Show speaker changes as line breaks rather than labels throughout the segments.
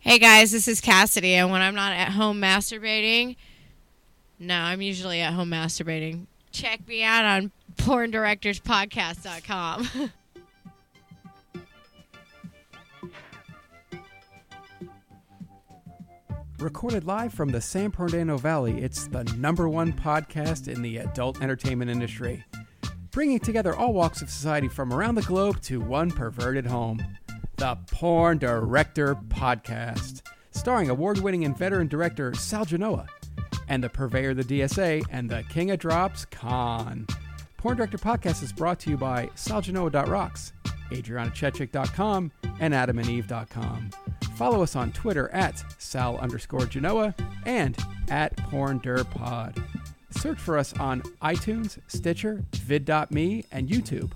Hey guys, this is Cassidy, and when I'm not at home masturbating, no, I'm usually at home masturbating. Check me out on porndirectorspodcast.com.
Recorded live from the San Fernando Valley, it's the number one podcast in the adult entertainment industry, bringing together all walks of society from around the globe to one perverted home. The Porn Director Podcast, starring award winning and veteran director Sal Genoa, and the purveyor of the DSA and the king of drops, Khan. Porn Director Podcast is brought to you by salgenoa.rocks, adrianachechik.com, and adamandeve.com. Follow us on Twitter at sal underscore genoa and at porndirpod. Search for us on iTunes, Stitcher, vid.me, and YouTube.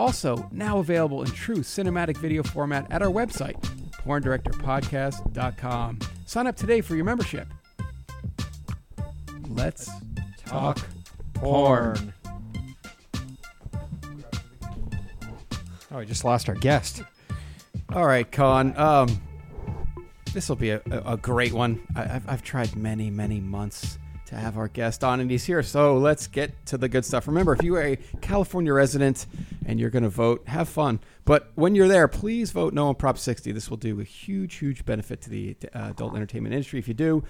Also, now available in true cinematic video format at our website, porndirectorpodcast.com. Sign up today for your membership. Let's talk porn.
Oh, we just lost our guest.
All right, Con. Um, this will be a, a, a great one. I, I've, I've tried many, many months to have our guest on, and he's here. So let's get to the good stuff. Remember, if you are a California resident and you're going to vote, have fun. But when you're there, please vote no on Prop 60. This will do a huge, huge benefit to the uh, adult entertainment industry. If you do,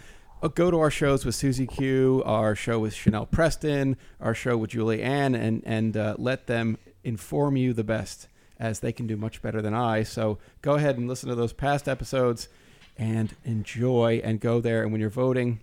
uh, go to our shows with Susie Q, our show with Chanel Preston, our show with Julie Ann, and and uh, let them inform you the best as they can do much better than I. So go ahead and listen to those past episodes and enjoy and go there. And when you're voting,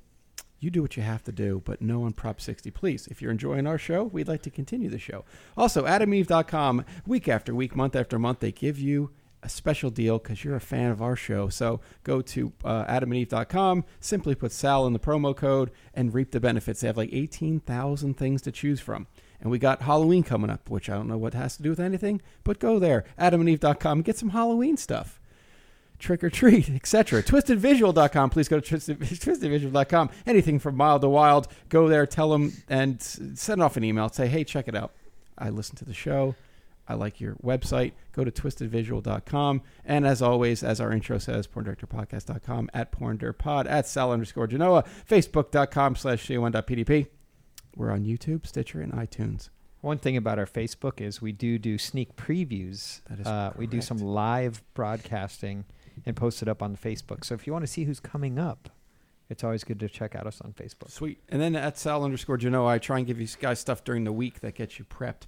you do what you have to do, but no on Prop 60, please. If you're enjoying our show, we'd like to continue the show. Also, adameve.com, week after week, month after month, they give you a special deal because you're a fan of our show. So go to uh, adamandeve.com, simply put Sal in the promo code, and reap the benefits. They have like 18,000 things to choose from. And we got Halloween coming up, which I don't know what has to do with anything, but go there, adamandeve.com, get some Halloween stuff trick or treat, etc. Twistedvisual.com. Please go to twisted, twistedvisual.com. Anything from mild to wild, go there, tell them, and s- send off an email. Say, hey, check it out. I listen to the show. I like your website. Go to twistedvisual.com. And as always, as our intro says, porndirectorpodcast.com, at porndirpod, at sal underscore genoa, facebook.com slash c1.pdp. We're on YouTube, Stitcher, and iTunes.
One thing about our Facebook is we do do sneak previews.
That is
uh, we do some
correct.
live broadcasting and post it up on Facebook. So if you want to see who's coming up, it's always good to check out us on Facebook.
Sweet. And then at Sal underscore Genoa, I try and give you guys stuff during the week that gets you prepped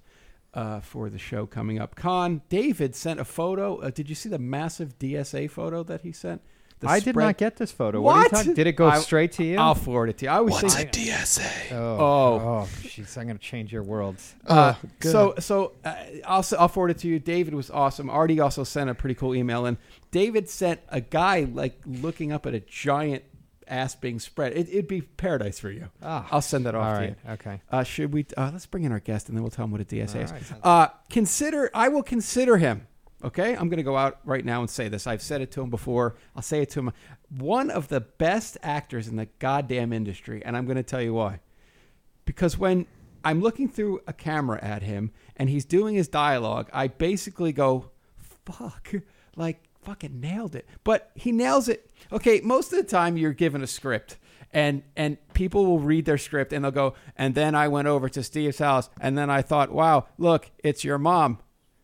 uh, for the show coming up. Con, David sent a photo. Uh, did you see the massive DSA photo that he sent? The
I did
spread-
not get this photo. What? are you
What?
talking- Did it go
I-
straight to you?
I'll forward it to you. I always
What's
think,
a DSA?
oh,
Oh.
oh, jeez, I'm going to change your world.
uh,
Oh, good.
so so uh, I'll, s- I'll forward it to you. David was awesome. Artie also sent a pretty cool email, and David sent a guy like looking up at a giant ass being spread. It, it'd be paradise for you.
Ah,
I'll send that off
all
to
right,
you.
okay.
Uh, should we? Uh, let's bring in our guest, and then we'll tell him what a DSA is.
All right, sounds
Uh, consider. I will consider him. Okay, I'm going to go out right now and say this. I've said it to him before. I'll say it to him. One of the best actors in the goddamn industry, and I'm going to tell you why because when I'm looking through a camera at him and he's doing his dialogue, I basically go, fuck, like fucking nailed it. But he nails it. Okay, most of the time you're given a script and and people will read their script and they'll go, and then I went over to Steve's house and then I thought, wow, look, it's your mom.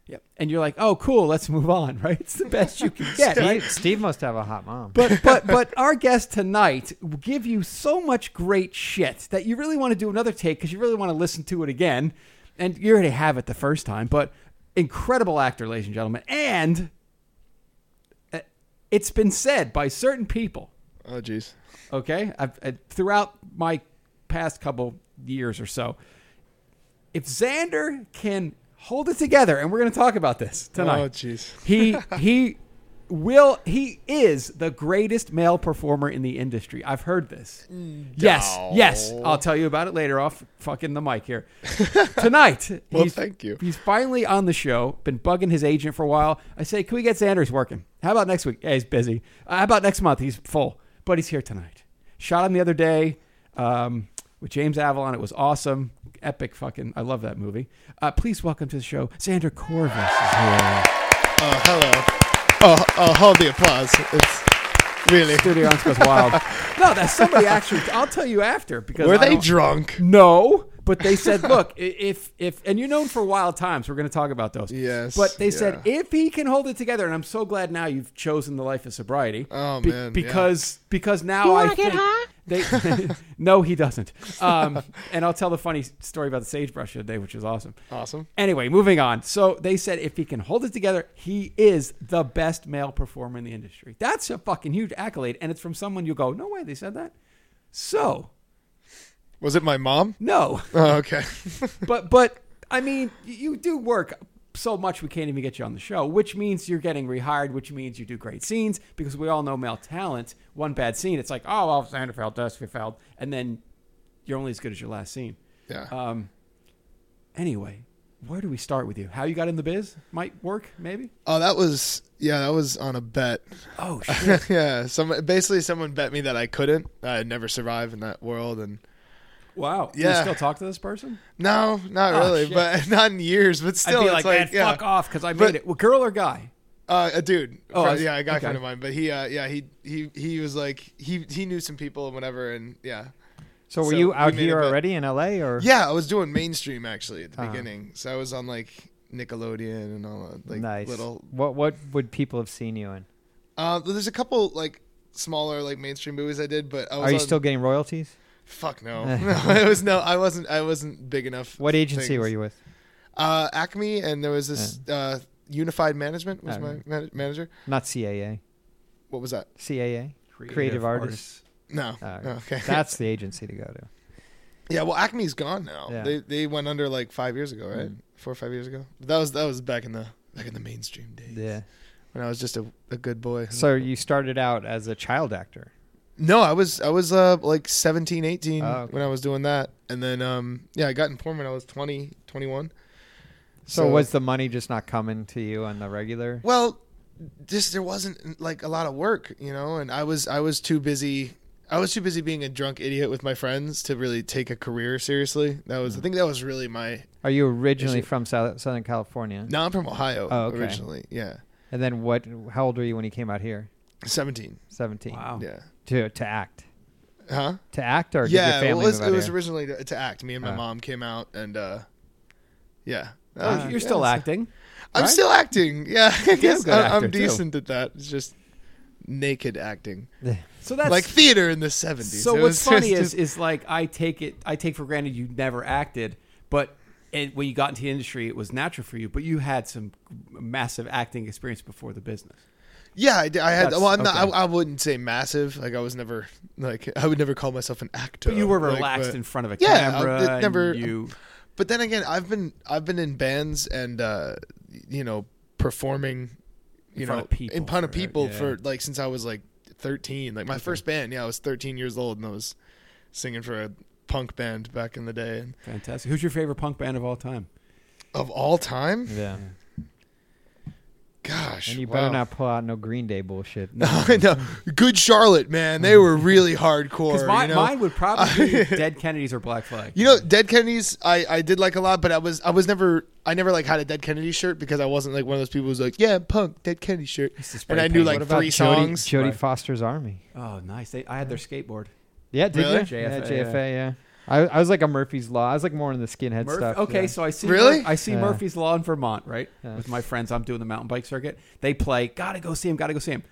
Yep. And you're like, oh, cool, let's move on, right? It's the best you can get. right?
Steve, Steve must have a hot mom.
But but but our guest tonight will give you so much great shit that you really want to do another take because you really want to listen to it again, and you already have it the first time. But incredible actor, ladies and gentlemen, and uh, it's been said by certain people
Oh, jeez.
okay I've, I, throughout my past couple years or so if xander can hold it together and we're going to talk about this tonight
Oh, jeez.
he he will he is the greatest male performer in the industry i've heard this
Mm.
yes
No.
yes i'll tell you about it later off fucking the mic here tonight
Well,
he's-
thank you.
He's finally on the show. Been bugging his agent for a while. I say, can we get Sanders working? How about next week? Yeah, he's busy. Uh, how about next month? He's full, but he's here tonight. Shot him the other day um, with James Avalon. It was awesome, epic. Fucking, I love that movie. Uh, please welcome to the show, Xander Corvus. Is here.
Oh, hello. Oh, oh, hold the applause. It's Really?
Studio Audience goes wild. no, that's somebody actually. I'll tell you after because
Were
I
they
don't-
drunk?
No, but they said, look, i- if if and you're known for wild times, we're going to talk about those.
Yes,
But they said
yeah.
if he can hold it together, and I'm so glad now you've chosen the life of sobriety.
Oh, man, yeah.
because because now
You
I
wanna get
think
high?
they no he doesn't. Um, and I'll tell the funny story about the sagebrush today, which is awesome.
Awesome.
Anyway, moving on. So they said if he can hold it together, he is the best male performer in the industry. That's a fucking huge accolade, and it's from someone you go, no way they said that. So
Was it my mom?
no.
Oh, okay.
but but I mean, y- you do work so much we can't even get you on the show, which means you're getting rehired, which means you do great scenes because we all know male talent. One bad scene, it's like oh well, Sandefeld, Dusterfeld, and then you're only as good as your last scene.
Yeah.
Um. Anyway, where do we start with you? How you got in the biz might work, maybe.
oh, that was yeah, that was on a bet.
Oh shit!
yeah, some basically someone bet me that I couldn't. I'd never survive in that world, and
Wow. Do you
Yeah.
still talk to this person?
no, not
Oh,
really,
shit.
but not in years. But still,
I'd be
it's
like,
like,
man,
yeah.
fuck off because I made
But-
it. Well, girl or guy?
Uh, a dude.
Oh,
Fr-
I s-
yeah, a guy
okay.
friend of mine. But he, uh, yeah, he, he, he was like, he, he knew some people and whatever, and yeah,
So were
So
you
we
out
made
here
a bet.
already in LA or?
yeah. I was doing mainstream actually at the
Uh-huh.
beginning, so I was on like Nickelodeon and all that, like
nice.
little.
What what would people have seen you in?
Uh, there's a couple like smaller like mainstream movies I did, but I was
Are you
on-
still getting royalties?
Fuck no, no, it was no. I wasn't. I wasn't big enough.
What agency
things.
were you with?
Uh, Acme, and there was this uh, Unified Management was
Oh,
my
right.
man- manager.
Not CAA.
What was that?
CAA. Creative, artists.
No,
Oh,
no, okay.
That's the agency to go to.
yeah, well, Acme's gone now.
Yeah. Mm-hmm.
They they went under like five years ago, right? Four or five years ago. That was that was back in the back in the mainstream days.
Yeah.
when I was just a, a good boy.
So you started out as a child actor.
no, I was I was uh, like 17, 18
Oh, okay.
when I was doing that, and then um yeah, I got in porn when I was 20, 21.
So, was the money just not coming to you on the regular?
Well, just there wasn't like a lot of work, you know, and I was I was too busy. I was too busy being a drunk idiot with my friends to really take a career seriously. That was I think that was really my.
Are you originally
Is it-
from South, Southern California?
No, I'm from Ohio
Oh, okay.
originally. Yeah,
And then what? How old were you when you came out here?
seventeen.
Seventeen.
Wow.
Yeah.
To to act.
Huh?
To act or did your
Yeah. It
family
was
move out
it was
here?
originally to, to act. Me and my
Oh.
mom came out and. uh yeah,
Oh,
Uh,
you're still
yeah, so-
acting.
I'm
right?
still acting. Yeah, I guess
good
I,
actor,
I'm
too.
decent at that. It's just naked acting,
So that's
like theater in the '70s.
So
It
what's
was
funny
just-
is is like I take it I take for granted you never acted, but it, when you got into the industry, it was natural for you. But you had some massive acting experience before the business.
Yeah, I, did. I had.
That's-
well, I'm not.
okay.
I, I wouldn't say massive. Like I was never like I would never call myself an actor.
But you were
like,
relaxed
but,
in front of a
Yeah, I
camera.
did
and
never-
you
But then again, I've been I've been in bands and uh, you know performing, you
In front
know,
of people
in front of
for-
people
yeah.
for like since I was like 13. Like my first band, yeah, I was 13 years old and I was singing for a punk band back in the day. And
fantastic. Who's your favorite punk band of all time?
of all time,
Yeah.
gosh,
And you
wow.
better not pull out no Green Day bullshit.
I know. Good Charlotte, man. They were really hardcore.
Because my,
you know?
mine would probably be Dead Kennedys or Black Flag.
You know, Dead Kennedys, I, I did like a lot, but I was I was never I never like had a Dead Kennedy shirt because I wasn't like one of those people who's like, yeah, punk, Dead Kennedy shirt,
It's the spray
and I knew
paint.
like
What
What about
three
Jody-
songs.
Jody
Right.
Foster's Army.
oh, nice. They, I had their skateboard.
Yeah, did
Really?
you?
JFA,
yeah,
yeah.
JFA. Yeah. I, I was like a Murphy's Law. I was like more in the skinhead
Murph-
stuff.
okay,
yeah.
so I see
Really?
I see
Yeah.
Murphy's Law in Vermont, right?
Yeah.
With my friends, I'm doing the mountain bike circuit. They play, gotta go see him, gotta go see him.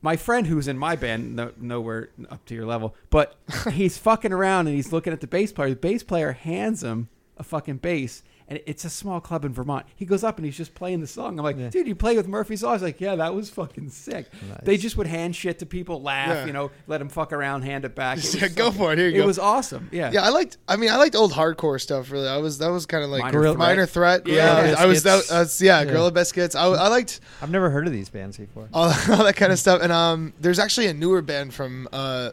My friend who's in my band, no, nowhere up to your level, but he's fucking around and he's looking at the bass player. The bass player hands him a fucking bass, and it's a small club in Vermont. He goes up and he's just playing the song. I'm like,
Yeah.
dude, you play with Murphy's Law? He's like, yeah, that was fucking sick.
Nice.
They just would hand shit to people, laugh,
Yeah.
you know, let him fuck around, hand it back. It
Just,
was
yeah, go
fucking-
for it. Here you
It
go.
was awesome. Yeah.
yeah, I liked. I mean, I liked old hardcore stuff. Really, I was that was kind of like
Minor
minor,
Gorilla-
threat.
Yeah.
Gorilla Bis- I was that.
Biscuits.
That's, yeah,
Yeah.
Gorilla Biscuits. I, I liked
I've never heard of these bands before.
all, all that kind of stuff. And um, there's actually a newer band from uh,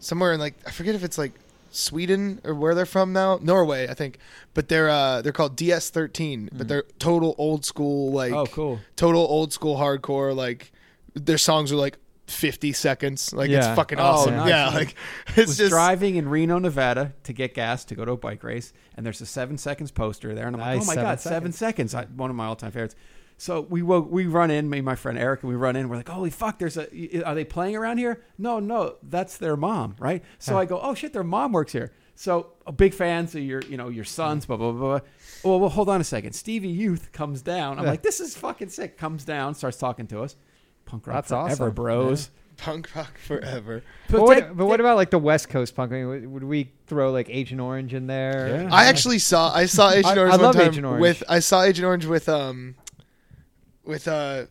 somewhere in like I forget if it's like Sweden or where they're from now, Norway, I think. But they're uh, they're called DS13, but they're total old school like
Mm. Oh, cool.
total old school hardcore. Like their songs are like 50 seconds. Like
Yeah.
it's fucking
Oh,
awesome.
nice.
Yeah, like it's
was
just
driving in Reno, Nevada to get gas to go to a bike race, and there's a seven seconds poster there, and I'm like,
Nice,
oh my
seven
god, seven seconds! I, one of my all time favorites. So we wo- we run in, me and my friend Eric, and we run in. We're like, holy fuck, there's a. y- Are they playing around here? No, no, that's their mom, right? So I go, oh shit, their mom works here. So a big fans of your, you know, your sons, blah blah blah. blah. Well, well, hold on a second. Stevie Youth comes down. I'm like, this is fucking sick. Comes down, starts talking to us. Punk rock
That's
forever,
awesome.
bros.
Punk rock forever.
But,
But
what,
take-
but what about like the West Coast punk? I mean, would- would we throw like Agent Orange in there?
Yeah.
I actually saw I saw Agent
I-
Orange
I
one
love
time
Agent Orange.
with I saw Agent Orange with um with uh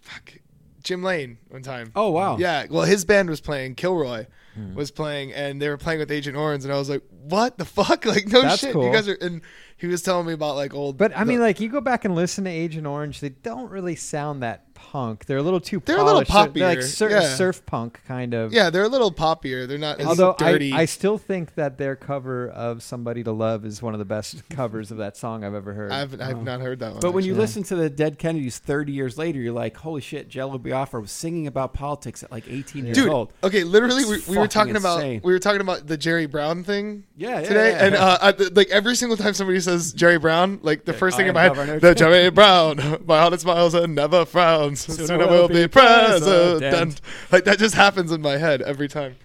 fuck Jim Lane one time.
Oh wow.
Yeah, well his band was playing Kilroy
Hmm.
was playing and they were playing with Agent Orange and I was like, "What the fuck? Like no
That's
shit.
cool.
You guys are and he was telling me about like old
But I mean,
the-
like you go back and listen to Agent Orange, they don't really sound that punk. They're a little too.
They're a little
polished. They're- They're like
poppier.
sur-
Yeah.
surf punk kind of.
yeah, they're a little poppier. They're not as
Although I,
dirty.
I still think that their cover of "Somebody to Love" is one of the best covers of that song I've ever heard.
I've I've not heard that one.
But when you
actually.
listen to the Dead Kennedys 30 years later, you're like, holy shit, Jello Biafra was singing about politics at like 18 years
Dude,
old.
okay, literally, we,
It's
we were
fucking
talking
insane.
about we were talking about the Jerry Brown thing.
Yeah, yeah,
today,
yeah,
and
yeah.
Uh, I, th- like every single time somebody says Jerry Brown, like the first
I
thing in
am
my
Governor
head, the Jerry Brown, my heart smiles and never frowns. Soon, I will be president.
president.
Like that just happens in my head every time.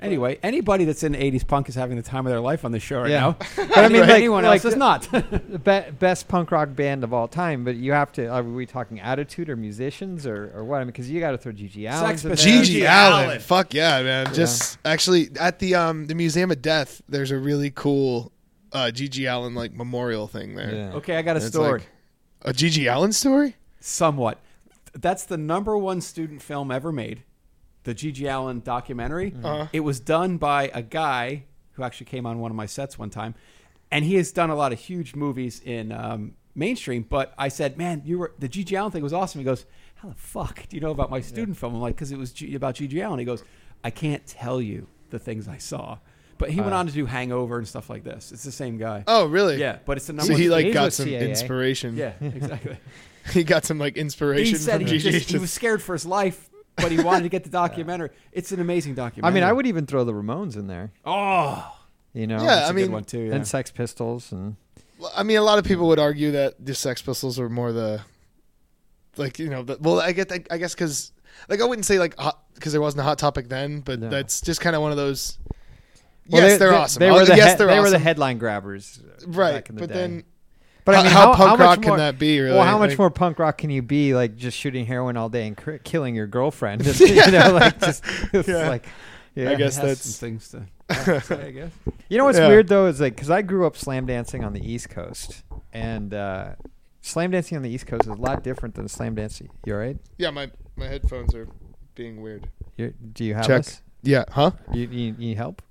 Anyway, anybody that's in 80s punk is having the time of their life on the show right
Yeah.
now.
But I mean,
Anyway,
like-
anyone
like uh,
else is
the-
not.
the be- best punk rock band of all time. But you have to. Are we talking attitude or musicians or, or what? I mean, because you got to throw Gigi Allen.
Sex
in there.
Pistols.
Gigi
Gigi
Allen.
Allen.
Fuck yeah, man. Just actually at the um the Museum of Death, there's a really cool uh Gigi Allen like memorial thing there.
Yeah.
okay, I got a
It's
story.
like- a Gigi Allen story?
Somewhat. That's the number one student film ever made, the Gigi Allen documentary.
Uh-huh.
It was done by a guy who actually came on one of my sets one time, and he has done a lot of huge movies in um, mainstream. But I said, "Man, you were the Gigi Allen thing was awesome." He goes, "How the fuck do you know about my student film?" I'm like, "Cause it was G- about Gigi Allen." He goes, "I can't tell you the things I saw." But he went on to do Hangover and stuff like this. It's the same guy.
Uh-huh. Oh, really?
yeah, but it's the number
So
one.
he
He
like got
was
some
CIA.
inspiration.
yeah, exactly.
he got some like inspiration
he said
from
he,
Gigi.
just, he was scared for his life, but he wanted to get the documentary. It's an amazing
I
documentary.
mean, I would even throw the Ramones in there.
Oh,
You know.
Yeah,
that's a
I mean-
good one too. Yeah.
And Sex Pistols and
Well, I mean, a lot of people would argue that the Sex Pistols were more the, like you know, the, well, I get, I guess, because like I wouldn't say like because there wasn't a hot topic then, but
No.
that's just kind of one of those.
Well,
yes,
they,
they, are
they-
awesome.
They
Uh,
were the
yes,
he-
they're
they
awesome.
were the headline grabbers,
right?
Back in the
but
day.
then,
But I
how-
mean,
how,
how,
punk
much
rock
more-
can that be? Really?
Well, how much
Like,
more punk rock can you be? Like just shooting heroin all day and cr- killing your girlfriend. you know, like just it's
Yeah.
like. Yeah.
I guess
It has
that's
some things to say, I guess.
You know what's
Yeah.
weird though is like because I grew up slam dancing on the East Coast, and uh, slam dancing on the East Coast is a lot different than slam dancing. You all right?
yeah. My my headphones are being weird.
You're, do you have
Check.
us?
Yeah. Huh?
You, you you need help?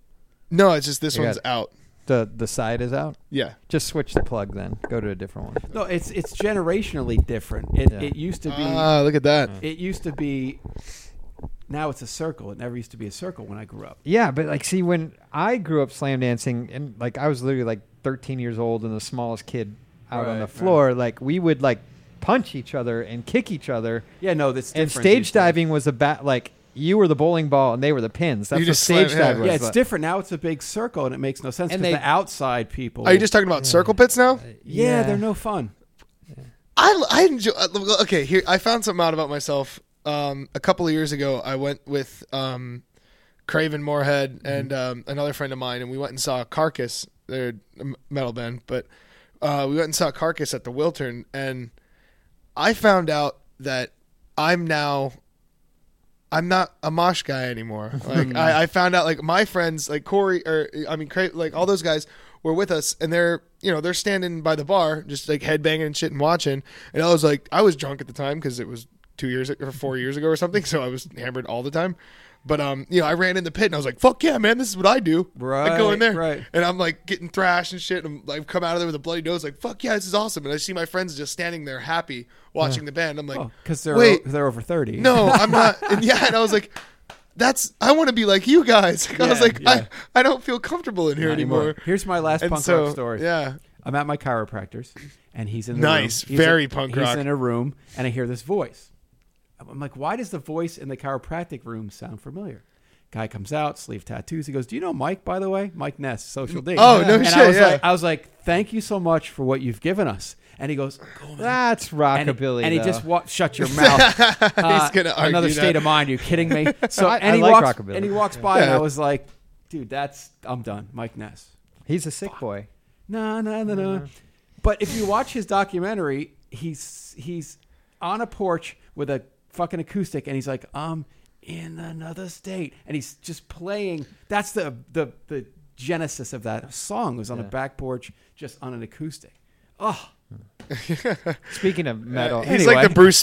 No, it's just this
You
one's
got-
out.
The the side is out.
Yeah.
Just switch the plug then. Go to a different one.
No, it's it's generationally different. It,
Yeah.
it used to be.
Ah, look at that.
it used to be. Now it's a circle. It never used to be a circle when I grew up.
Yeah, but like, see, when I grew up slam dancing, and like, I was literally like 13 years old and the smallest kid out on
Right,
the
right.
floor. Like, we would like punch each other and kick each other.
Yeah, no, that's
and
different these
stage
days.
diving was a bat. Like, you were the bowling ball and they were the pins. That's
You
what
just slam-
stage
yeah.
dive was.
Yeah, it's
Like,
different. Now it's a big circle, and it makes no sense
And
because
they-
the outside people.
Are you just talking about circle pits now?
Yeah, they're no fun.
I, I enjoy. uh, well, Okay, here I found something out about myself. Um, a couple of years ago, I went with um, Craven Moorhead and um, another friend of mine, and we went and saw Carcass. They're a m- metal band, but uh, we went and saw Carcass at the Wiltern, and I found out that I'm now I'm not a mosh guy anymore. Like I, I found out, like my friends, like Corey or I mean, Cra- like all those guys were with us, and they're you know they're standing by the bar, just like headbanging and shit and watching. And I was like, I was drunk at the time because it was two years or four years ago or something, so I was hammered all the time. But um, you know, I ran in the pit and I was like, "Fuck yeah, man! This is what I do." I go
Right,
in there,
right.
and I'm like getting thrashed and shit. And I'm, I've come out of there with a bloody nose, like "Fuck yeah, this is awesome!" And I see my friends just standing there, happy, watching the band. I'm like,
Because Oh, they're
Wait.
they're over thirty.
no, I'm not. And yeah, and I was like, that's I want to be like you guys. I was
Yeah,
like,
yeah.
I, I don't feel comfortable in here
Not
anymore.
Here's my last
And
punk
so,
rock story.
yeah,
I'm at my chiropractor's, and he's in the
Nice.
room. He's
Very
in-
punk
He's
rock.
in a room, and I hear this voice. I'm like, why does the voice in the chiropractic room sound familiar? Guy comes out, sleeve tattoos. He goes, "Do you know Mike? By the way, Mike Ness, Social D."
Oh, no
and I
shit,
was
yeah.
like, I was like, "Thank you so much for what you've given us." And he goes, "Cool, man."
That's
And he-
rockabilly.
and he
though.
just wa- shut your mouth. Uh,
He's gonna argue
another
that.
state of mind. Are you kidding me? So
I-
and
I
he
like
walks
rockabilly.
and he walks by, and
Yeah.
I was like, "Dude, that's I'm done." Mike Ness.
he's a sick boy.
No, no, no, no. But if you watch his documentary, he's he's on a porch with a fucking acoustic, and he's like, "I'm in another state," and he's just playing. That's the the the genesis of that song was on a
Yeah.
back porch, just on an acoustic. Oh,
Speaking of metal,
He's
anyway,
like the Bruce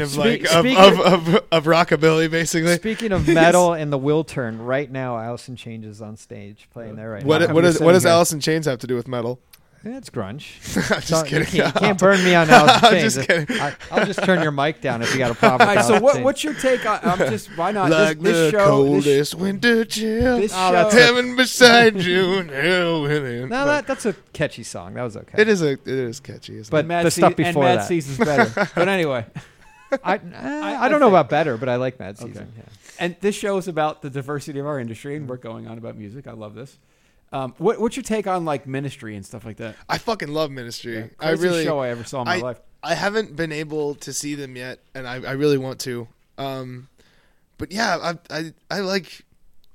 of
Speak-
like of,
speak-
of, of, of rockabilly, basically.
Speaking of metal and the will turn, right now Allison Chains is on stage playing there right
Uh, what
now.
what,
I'm
is,
just
what does
sitting here.
Alice in Chains have to do with metal?
That's grunge.
I'm just
Don't- you
kidding.
can't, you can't burn me on Allison
I'm
Chains.
just kidding.
I, I'll just turn your mic down if you got a problem.
all
with
right. So
Alice
what
Chains.
what's your take on? I'm just why not
like
Uh, this, this show?
the
this sh-
coldest winter chill.
This
Oh,
show.
that's
heaven beside you. and hell within.
No, that, that's a catchy song. That was okay.
it is a it is catchy, isn't
But
it?
Mad
the stuff
Seas-
before
and Mad
that.
Season's better. but anyway,
I, uh, I, don't know
think-
about better, but I like Mad Season. yeah.
and this show is about the diversity of our industry, and we're going on about music. I love this. Um, what, what's your take on like ministry and stuff like that?
I fucking love Ministry. I
Craziest
really
show I ever saw in my
I,
life.
I haven't been able to see them yet, and I, I really want to. Um, but yeah, I, I I like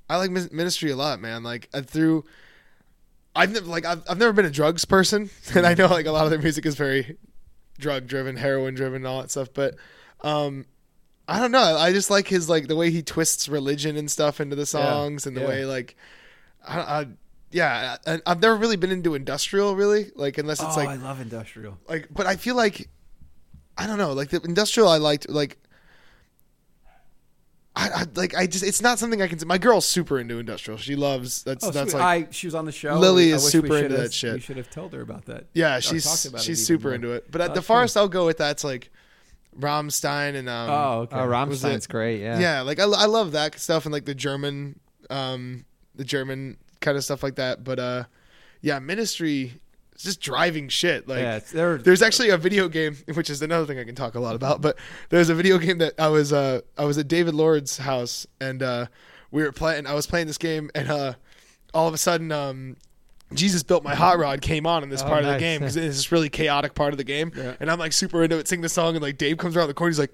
I like mis- ministry a lot, man. Like I, through, I've never, like I've, I've never been a drugs person, and I know like a lot of their music is very drug driven, heroin driven, all that stuff. But um, I don't know. I just like his like the way he twists religion and stuff into the songs, and the
yeah.
way like I, I yeah, I, I've never really been into industrial really, like unless it's
oh,
like
I love industrial.
like but i feel like i don't know like the industrial i liked like I, I like i just it's not something i can my girl's super into industrial she loves that's
Oh,
that's
sweet.
like
I, she was on the show.
Lily
I
is
wish
super
we
into
should've-
that shit.
We should have told her about that.
yeah
Or
she's
talked about it
she's
even
super
more. Oh,
into it but at the
that's
farthest i'll go with that's like Rammstein and um
Oh, okay.
Oh,
Was it-
Rammstein's great. Yeah.
yeah like I, I love that stuff and like the german um the german kind of stuff like that but uh yeah ministry it's just driving shit like
yeah, it's, they're,
There's actually a video game, which is another thing I can talk a lot about. But there's a video game that I was uh, I was at David Lord's house and uh, we were playing. I was playing this game and uh, all of a sudden, um, Jesus built my hot rod came on in this
Oh,
part of
nice.
the game because it's this really chaotic part of the game. And I'm like super into it, sing the song, and like Dave comes around the corner, he's like.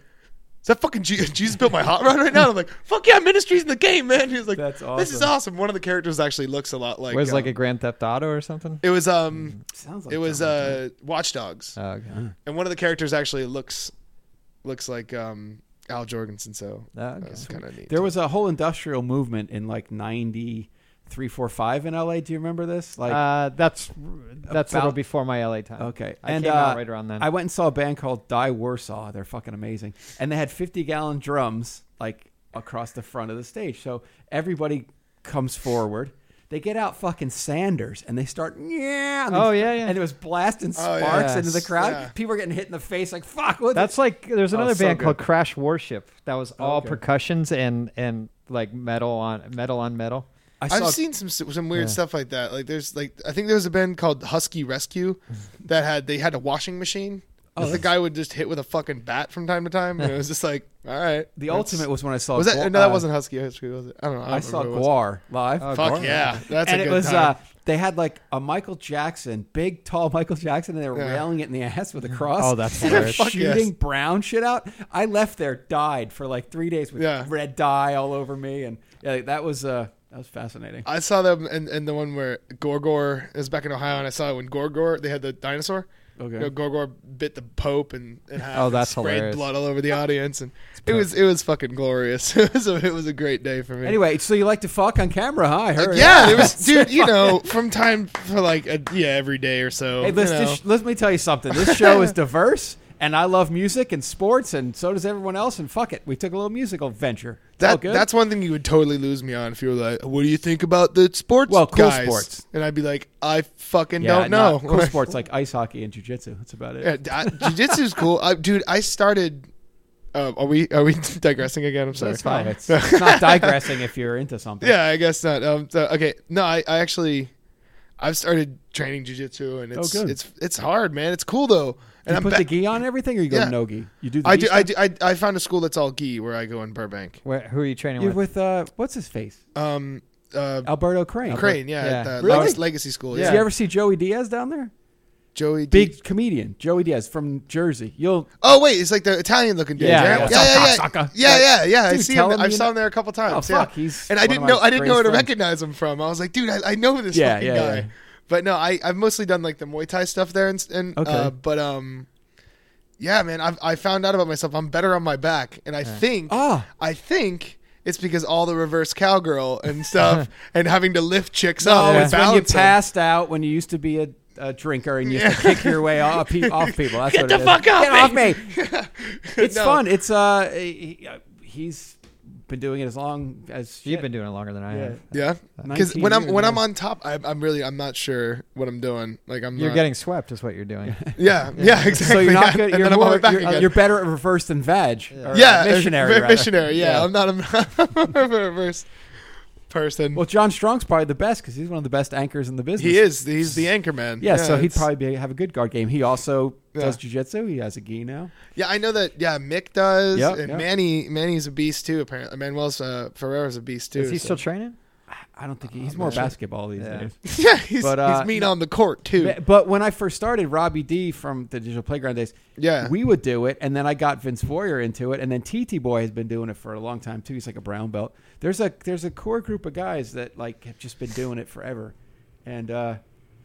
Is that fucking Je- Jesus built my hot rod right now? And I'm like, fuck yeah, ministry's in the game, man. He was like,
That's
this is
awesome.
awesome. One of the characters actually looks a lot like.
was like Mm-hmm.
um,
a Grand Theft Auto or something.
It was um,
sounds like
it was
something.
uh, Watch Dogs
Oh, okay.
and one of the characters actually looks looks like um, Al Jorgensen. So
Oh, okay.
that's kind of neat.
There was a whole industrial movement in like ninety three, four, five in LA. Do you remember this? Like
uh, that's that's a little
about-
before my LA time.
Okay,
I
and
came
uh,
out right around then.
I went and saw a band called Die Warsaw. They're fucking amazing, and they had fifty gallon drums like across the front of the stage. So everybody comes forward. They get out fucking sanders and they start yeah. and they-
Oh, yeah, yeah.
And it was blasting
Oh,
sparks
yeah.
into the crowd.
Yeah.
People were getting hit in the face like fuck. What
That's like there's another
so
band
good.
called Crash Worship that was all
Okay.
percussions and and like metal on metal on metal.
I saw.
I've seen some some weird stuff like that. Like there's like I think there was a band called Husky Rescue that had they had a washing machine.
Oh,
that the guy would just hit with a fucking bat from time to time, and it was just like, all right.
the
that's-
ultimate was when I saw.
was that
Gua-
no, that
uh,
wasn't Husky Rescue, was it? I don't know. I, don't
I saw
remember who it was.
Guar live.
Fuck
Oh, Guar.
yeah, that's
and
a good
it was
time.
uh they had like a Michael Jackson, big tall Michael Jackson, and they were
Yeah. Mm.
railing it in the ass with a cross.
Oh, that's
and they're
hilarious.
Fuck yes.
shooting brown shit out. I left there, died for like three days with
Yeah.
red dye all over me, and yeah, that was uh that was fascinating.
I saw them in, in the one where Gorgor is back in Ohio, and I saw it when Gorgor they had the dinosaur.
Okay.
You know, Gorgor bit the Pope and, and had
Oh, that's
sprayed
hilarious.
blood all over the audience, and it was it was fucking glorious. it was a, it was a great day for me.
Anyway, so you like to fuck on camera, huh? I heard.
yeah, there was dude. You know, from time for like a, yeah every day or so.
Hey,
you
listen,
know.
this- let me tell you something. This show is diverse, and I love music and sports, and so does everyone else. And fuck it, we took a little musical venture. It's all
that
good.
that's one thing you would totally lose me on if you were like, "What do you think about the sports?"
Well, cool
guys?"
sports.
and I'd be like, "I fucking
yeah,
don't know."
not- cool sports like ice hockey and jujitsu. That's about it.
Yeah, Uh, d- I- jiu-jitsu's cool, I, dude. I started. Um, are we are we digressing again? I'm sorry.
That's fine.
No, it's, it's not digressing if you're into something.
Yeah, I guess not. Um, so, okay, no, I, I actually, I've started training jujitsu, and it's
Oh, good.
it's it's hard, man. It's cool though, and
You
And I'm
put the
back.
gi on everything, or you go
Yeah.
no gi? You do. The
I
gi
do,
stuff?
I do. I I found a school that's all gi where I go in Burbank.
Where, who are you training
You're
with?
with uh, what's his face?
Um, uh,
Alberto Crane.
Crane, yeah,
Yeah.
At the
Oh, Really?
Legacy, Legacy School.
Did
Yeah,
you ever see Joey Diaz down there?
Joey. D-
Big comedian, Joey Diaz from Jersey. You'll
Oh wait, it's like the Italian looking dude.
Yeah,
right?
yeah.
yeah, yeah, yeah.
Sucker, sucker.
yeah, yeah, yeah. I
Dude,
see
tell
him.
him
I
you
saw
know-
him there a couple
Oh,
times.
fuck,
yeah.
he's
and
one
I
of
didn't
my
know. I didn't know
greatest
where to
friends.
recognize him from. I was like, dude, I, I know this
Yeah,
fucking
yeah,
guy.
yeah.
But no, I I've mostly done like the Muay Thai stuff there and, and uh,
Okay.
but um, yeah, man, I've, I found out about myself. I'm better on my back, and I think
Ah.
I think. It's because all the reverse cowgirl and stuff, and having to lift chicks up.
Oh,
and
it's when you
balance them.
passed out when you used to be a, a drinker and you used to kick your way off, pe- off people. That's what
the
it is.
fuck off me.
Get off me! it's
No.
fun. It's uh, he, uh, he's been doing it as long as
You've
shit.
been doing it longer than I
Yeah.
have.
Yeah, because
19
when I'm
years,
when
yeah.
I'm on top, I, I'm really I'm not sure what I'm doing. Like I'm
You're
not-
getting swept, is what you're doing.
yeah yeah exactly.
So you're
yeah.
not good.
And
You're,
then I'm on my
more,
back
you're,
again.
you're better at reverse than veg. or, uh,
yeah
missionary.
mi-
rather.
missionary. Yeah,
Yeah.
I'm not a reverse person.
Well, John Strong's probably the best because he's one of the best anchors in the business.
he is. He's the anchor man.
Yeah, so he'd
it's-
probably be, have a good guard game. He also
Yeah.
does jujitsu. He has a gi now.
Yeah, I know that. Yeah, Mick does,
Yep,
and
yep.
Manny Manny's a beast too. Apparently, Manuel's uh, Ferrero's a beast too.
Is he
so-
still training?
I don't think he,
Oh,
he's more basketball these
Yeah.
days.
yeah, he's,
But, uh,
he's mean on the court too.
But- But when I first started, Robbie D from the Digital Playground days,
Yeah.
we would do it, and then I got Vince Voyer into it, and then TT Boy has been doing it for a long time too. He's like a brown belt. There's a there's a core group of guys that like have just been doing it forever, and uh,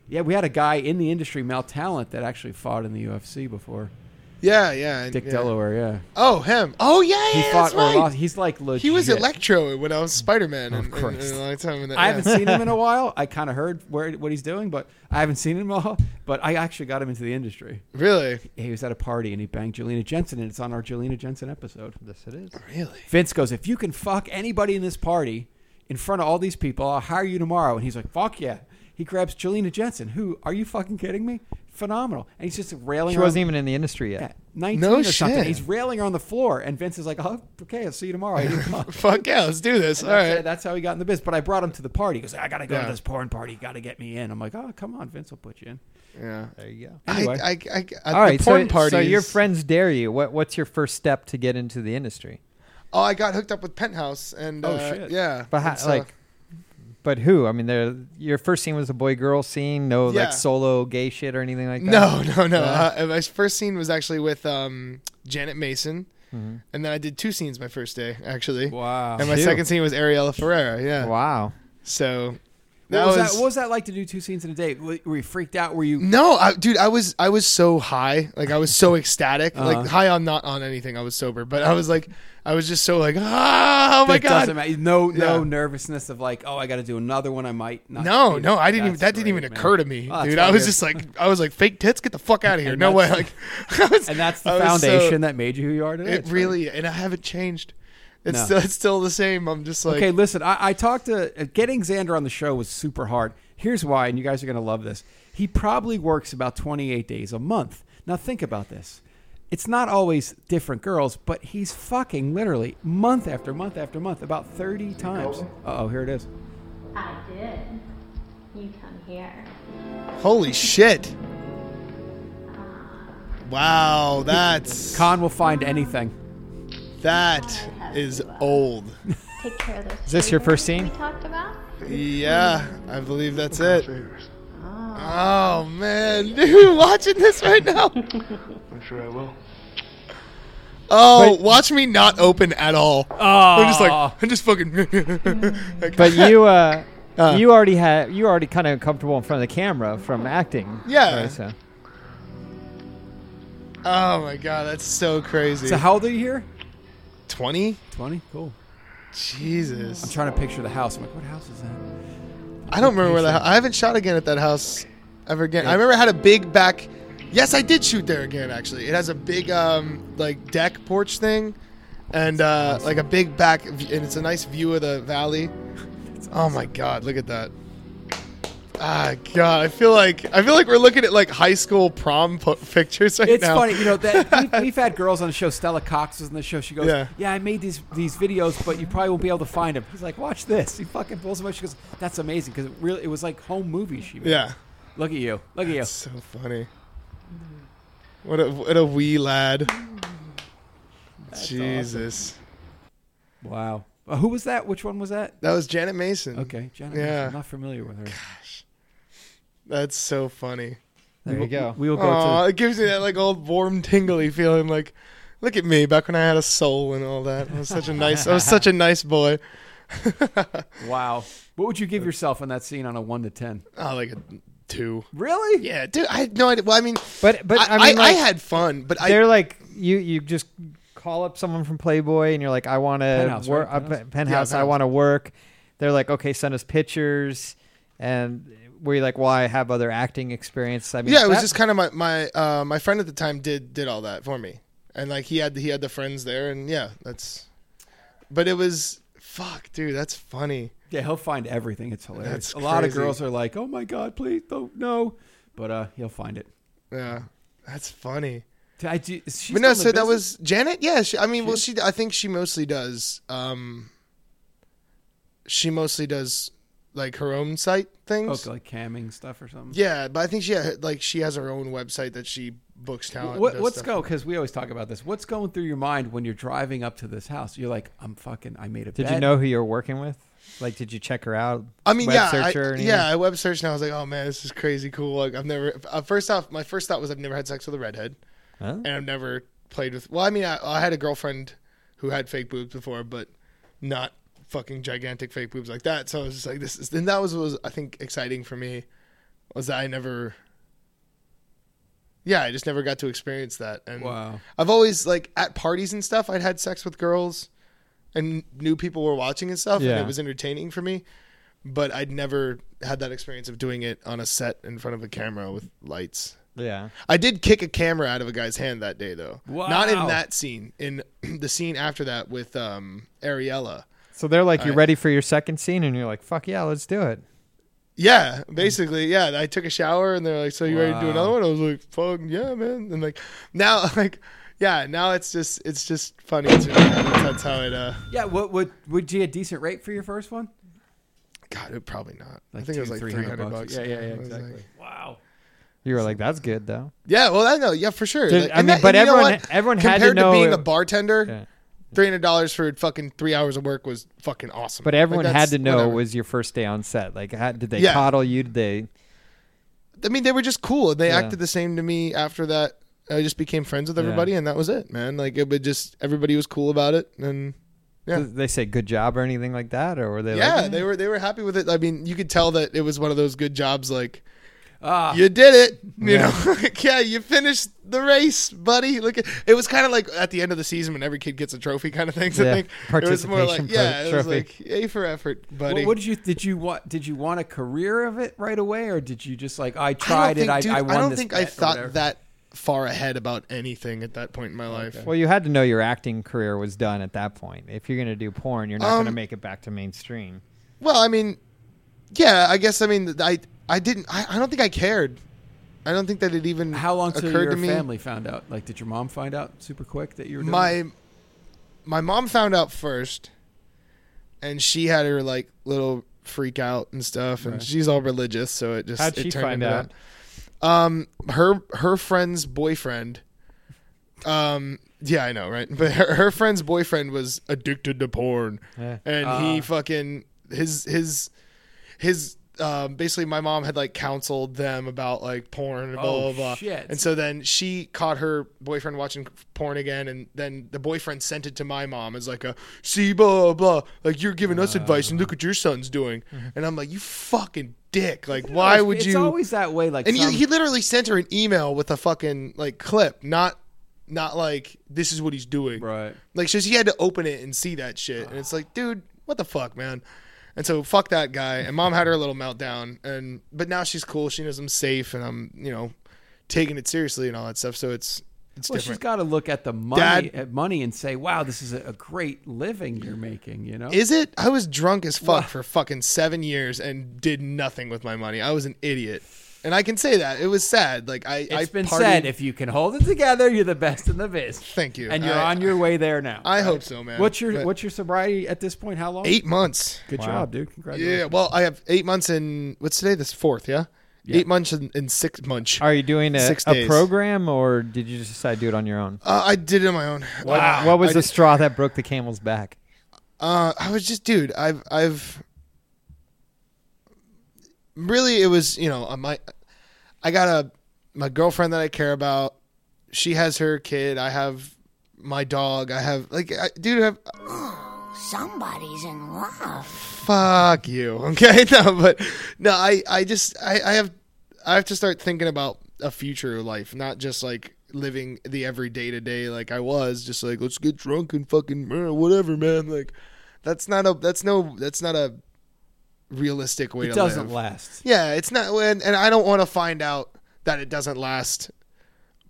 yeah, we had a guy in the industry, Mal Talent, that actually fought in the UFC before.
yeah, yeah. and-
Dick
yeah.
Delaware, yeah,
Oh, him. Oh, yeah,
he
yeah.
fought
that's right.
or lost. He's like legit.
He was Electro when I was Spider Man.
Of
in, in-
course.
in a long time. And that-
I
yeah.
haven't seen him in a while. I kind of heard where what he's doing, but I haven't seen him all. But I actually got him into the industry.
Really?
he was at a party and he banged Jelena Jensen, and it's on our Jelena Jensen episode.
Yes, it is.
Really?
Vince goes, If you can fuck anybody in this party in front of all these people, I'll hire you tomorrow. And he's like, Fuck yeah. He grabs Jelena Jensen, who, are you fucking kidding me? Phenomenal. And he's just railing
She
her.
wasn't
on,
even in the industry yet.
yeah, 19
No
or something.
shit.
He's railing her on the floor. And Vince is like, Oh, okay, I'll see you tomorrow. I need to come up."
Fuck yeah, let's do this. All
That's,
right.
that's how he got in the biz. But I brought him to the party. He goes, I got to go
Yeah.
to this porn party. You got to get me in. I'm like, Oh, come on, Vince will put you in.
Yeah.
There you go.
Anyway.
I, I, I, I,
All right,
porn
so,
parties.
so your friends dare you. What what's your first step to get into the industry?
Oh, I got hooked up with Penthouse, and
Oh,
uh,
shit.
yeah,
But how,
And so-
like, but who? I mean, there. Your first scene was a boy girl scene. No,
Yeah.
like solo gay shit or anything like that.
no, no, no.
Uh,
Uh, my first scene was actually with um, Janet Mason, and then I did two scenes my first day actually,
Wow.
and my
Two.
second scene was Ariella Ferreira. Yeah,
Wow.
so
What
that
was,
was,
that, what was that like to do two scenes in a day? Were were you freaked out? Were you
no, I, dude. I was I was so high, like I was so ecstatic, like
Uh-huh.
high on not on anything. I was sober, but I was like, I was just so like, ah, oh my
That
god,
doesn't matter. No, no
Yeah.
nervousnte of like, oh, I got to do another one. I might not.
No,
do
no,
this.
I didn't even.
That's
That didn't
great,
even
man.
occur to me,
Oh, that's
dude.
what
I
it
was
is.
just like, I was like, fake tits, get the fuck out of here.
And
No way. Like,
that's-
I was,
and that's
I
the
was so-
foundation that made you who you are today.
it
It's
really, and I haven't changed. It's
No.
still, it's still the same. I'm just like,
okay. Listen, I, I talked to uh, getting Xander on the show was super hard. Here's why, and you guys are gonna love this. He probably works about 28 days a month. Now think about this. It's not always different girls, but he's fucking literally month after month after month, about 30 times. Uh oh, here it is.
I did. You come here.
holy shit. Wow, that's
Khan will find anything.
that is old.
Take care of those. Is
this your first scene?
We talked about.
Yeah, I believe that's it. Oh man, dude, watching this right now.
I'm sure I will.
Oh, watch me not open at all. I'm just like, I'm just fucking. like-
But you, uh,
Uh.
you already had. You already kind of comfortable in front of the camera from acting.
Yeah.
Right, so.
Oh my god, that's so crazy.
So how old are you here?
20?
20. Cool. I'm
Jesus.
trying to picture the house. I'm like, what house is that?
I don't remember where the house. I haven't shot again at that house ever again. I remember it had a big back. Yes, I did shoot there again actually. It has a big um like deck porch thing and uh like a big back v- and it's a nice view of the valley. Oh my god, look at that. Ah god, I feel like I feel like we're looking at like high school prom po- pictures right
It's
now.
funny, you know that we've, we've had girls on the show. Stella Cox was on the show. She goes,
Yeah.
"Yeah, I made these these videos, but you probably won't be able to find them." He's like, "Watch this." He fucking pulls them out. She goes, "That's amazing," because it really it was like home movies she made.
Yeah.
Look at you. Look at you.
So funny. What a what a wee lad. Jesus,
Wow. Uh, who was that? Which one was that?
that was Janet Mason.
Okay, Janet.
Yeah.
Mason. not familiar with her.
that's so funny.
There you go.
We will go
Aw,
to.
it gives me that like old warm tingly feeling. Like, look at me back when I had a soul and all that. I was such a nice. I was such a nice boy.
Wow. What would you give yourself on that scene on a one to ten?
Oh, like a two.
Really?
Yeah, dude. I had no idea. Well, I mean,
But but I,
I,
mean,
I,
like,
had fun, but I
they're like you you just call up someone from Playboy and you're like, I want to
Penthouse,
work
right?
uh,
Penthouse?
Pe- penthouse.
Yeah,
I
Penthouse.
want to work. They're like, okay, send us pictures, and we're like, well, I have other acting experience. I mean,
yeah, it was
that-
just kind of my my uh, my friend at the time did did all that for me, and like he had he had the friends there, and yeah, that's. But it was fuck, dude. That's funny.
Yeah, he'll find everything. It's hilarious.
That's
a lot of
crazy.
girls are like, "Oh my god, please don't no," but uh, he'll find it.
Yeah, that's funny.
I, do- is she
but no, so
still in the
that
business?
was Janet. Yeah, she, I mean, well, she I think she mostly does. um She mostly does like her own site things.
Oh, like camming stuff or something.
Yeah, but I think she had, like she has her own website that she books talent.
What,
and Oh, does
what's
stuff.
go? Because we always talk about this. What's going through your mind when you're driving up to this house? You're like, I'm fucking. I made a.
Did
bet.
you know who you were working with? Like, did you check her out?
I mean,
web
yeah,
search
I,
her or anything?
yeah. I web searched and I was like, oh man, this is crazy cool. Like, I've never. Uh, first off, my first thought was I've never had sex with a redhead,
Huh?
and I've never played with. Well, I mean, I, I had a girlfriend who had fake boobs before, but not fucking gigantic fake boobs like that. So I was just like, this is. And that was what was I think exciting for me was that I never. Yeah, I just never got to experience that. And
Wow.
I've always like at parties and stuff. I'd had sex with girls, and new people were watching and stuff, and
Yeah.
it was entertaining for me. But I'd never had that experience of doing it on a set in front of a camera with lights.
Yeah.
I did kick a camera out of a guy's hand that day, though.
Wow.
Not in that scene. In the scene after that with um, Ariella.
So they're like, you're
Alright.
ready for your second scene, and you're like, fuck yeah, let's do it.
Yeah, basically, yeah. I took a shower and they're like, "So you ready to do
Wow.
another one?" I was like, "Fuck yeah, man!" And like now, like yeah, now it's just it's just funny. It's really, that's how it. uh
Yeah. What would would you get a decent rate for your first one?
God, it probably not.
Like
I think it was
two,
like
300
300
bucks.
bucks.
Yeah, yeah, yeah,
It was
exactly.
like-
Wow.
You were like, that's good though.
yeah, well, I know. Yeah, for sure.
Did-
Like,
I mean,
and that-
but
and you know
everyone-
what?
everyone had
compared
to know
being
it-
a bartender,
Yeah.
$300 for fucking three hours of work was fucking awesome.
But everyone
Like,
had
that's-
to know it
whatever.
was your first day on set. Like, how, did they
Yeah.
coddle you? Did they?
I mean, they were just cool. They
Yeah.
acted the same to me after that. I just became friends with everybody, and that was it, man. Like it would just everybody was cool about it, and Yeah.
Did they say good job or anything like that, or were they?
yeah,
like,
they were they were happy with it. I mean, you could tell that it was one of those good jobs. Like
Ah.
you did it, you
Yeah.
know. Like, yeah, you finished the race, buddy. Look, at, it was kind of like at the end of the season when every kid gets a trophy, kind of things.
Yeah,
I think it was more like
participation
yeah, it was
trophy.
like A for effort, buddy.
What, what did you did you want did you want a career of it right away or did you just like I
I
tried
don't think,
it
dude,
I I won
don't
this
think
bet
I
or whatever.
thought that far ahead about anything at that point in my life.
Well, you had to know your acting career was done at that point. If you're going to do porn, you're not going to
Um,
make it back to mainstream.
Well, I mean, yeah, I guess I mean I I didn't I, I don't think I cared. I don't think that it even
How long till
occurred
your
to me.
family found out? Like, did your mom find out super quick that you were doing it?
my my mom found out first and she had her like little freak out and stuff and
Right.
she's all religious so it just
How'd
it
she
turned
find
into
out?
that. um her her friend's boyfriend um yeah i know right but her, her friend's boyfriend was addicted to porn
Yeah.
and he
Ah.
fucking his his his um, basically my mom had like counseled them about like porn and blah
Oh,
blah blah
shit.
and so then she caught her boyfriend watching porn again and then the boyfriend sent it to my mom as like a see blah blah blah. like you're giving
Uh.
us advice and look what your son's doing and i'm like you fucking dick like
Mm-hmm. It's
why
always-
would
It's
you
always that way. Like,
and you,
some-
he literally sent her an email with a fucking like clip not not like this is what he's doing
right?
like, so she had to open it and see that shit. And it's like, dude, what the fuck, man? And so fuck that guy. And mom had her little meltdown. And but now she's cool. She knows I'm safe, and I'm you know taking it seriously and all that stuff. So it's it's
Well, she's
different.
got to look at the money,
Dad-
at money, and say, "Wow, this is a, a great living you're making." You know,
Is it? I was drunk as fuck for fucking seven years and did nothing with my money. I was an idiot, and I can say that it was sad. Like I,
It's
I
been
partied-
said if you can hold it together, you're the best in the biz.
Thank you.
and you're
I-
on your way there now.
I hope so, man.
what's your
But
What's your sobriety at this point? How long?
eight months?
Good
Wow.
job, dude.
Yeah,
Congratulations.
well, I have eight months in. What's today? This fourth, yeah.
Yeah.
Eight months and, and six munch.
Are you doing a,
Six
a
days.
program or did you just decide to do it on your own?
Uh, I did it on my own.
What,
Wow.
what was
Ah, I
the
did-
straw that broke the camel's back?
Uh, I was just, dude. I've, I've. Really, it was you know uh, my, I got a my girlfriend that I care about. She has her kid. I have my dog. I have like, I, dude. I have,
Somebody's in love.
fuck you. Okay, no, but no, I, I just, I, I have, I have to start thinking about a future life, not just like living the everyday to day like I was. Just like let's get drunk and fucking uh, whatever, man. Like that's not a, that's no, that's not a realistic way
It
to
doesn't
live.
last.
Yeah, it's not, and, and I don't want to find out that it doesn't last.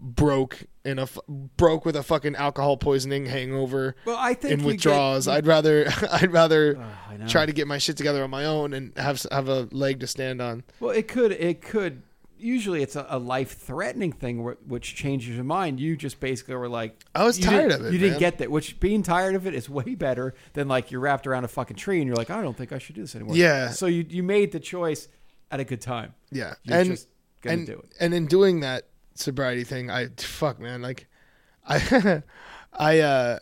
Broke in a f- broke with a fucking alcohol poisoning hangover
Well, I think
and
you get-
withdrawals. I'd rather I'd rather
I know.
try to get my shit together on my own and have s- have a leg to stand on.
Well, it could. It could. Usually, it's a, a life-threatening thing wh- which changes your mind. You just basically were like,
I was
you
tired
didn't-
of it,
You didn't
man.
get that. Which being tired of it is way better than like you're wrapped around a fucking tree and you're like, I don't think I should do this anymore.
Yeah.
So you you made the choice at a good time.
Yeah,
You're
and
just gonna
and,
do it.
And in doing that sobriety thing, I fuck man, like I I uh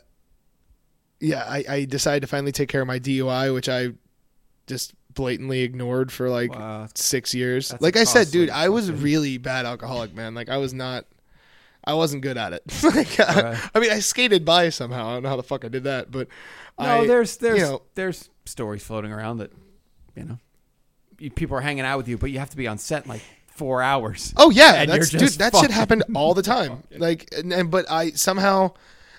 yeah, I I decided to finally take care of my DUI, which I just blatantly ignored for like
Wow, that's-
six years.
that's
Like
a
I said, dude,
costly
I was really bad alcoholic, man. Like I was not. I wasn't good at it. like, I-
Right.
I mean, I skated by somehow. I don't know how the fuck I did that, but
No,
I,
there's
you
there's
know,
there's stories floating around that you know you, people are hanging out with you, but you have to be on set in, like four hours.
Oh yeah,
And
that's
you're
dude.
just
That
fucking-
shit happened all the time. Like, and, and but I somehow,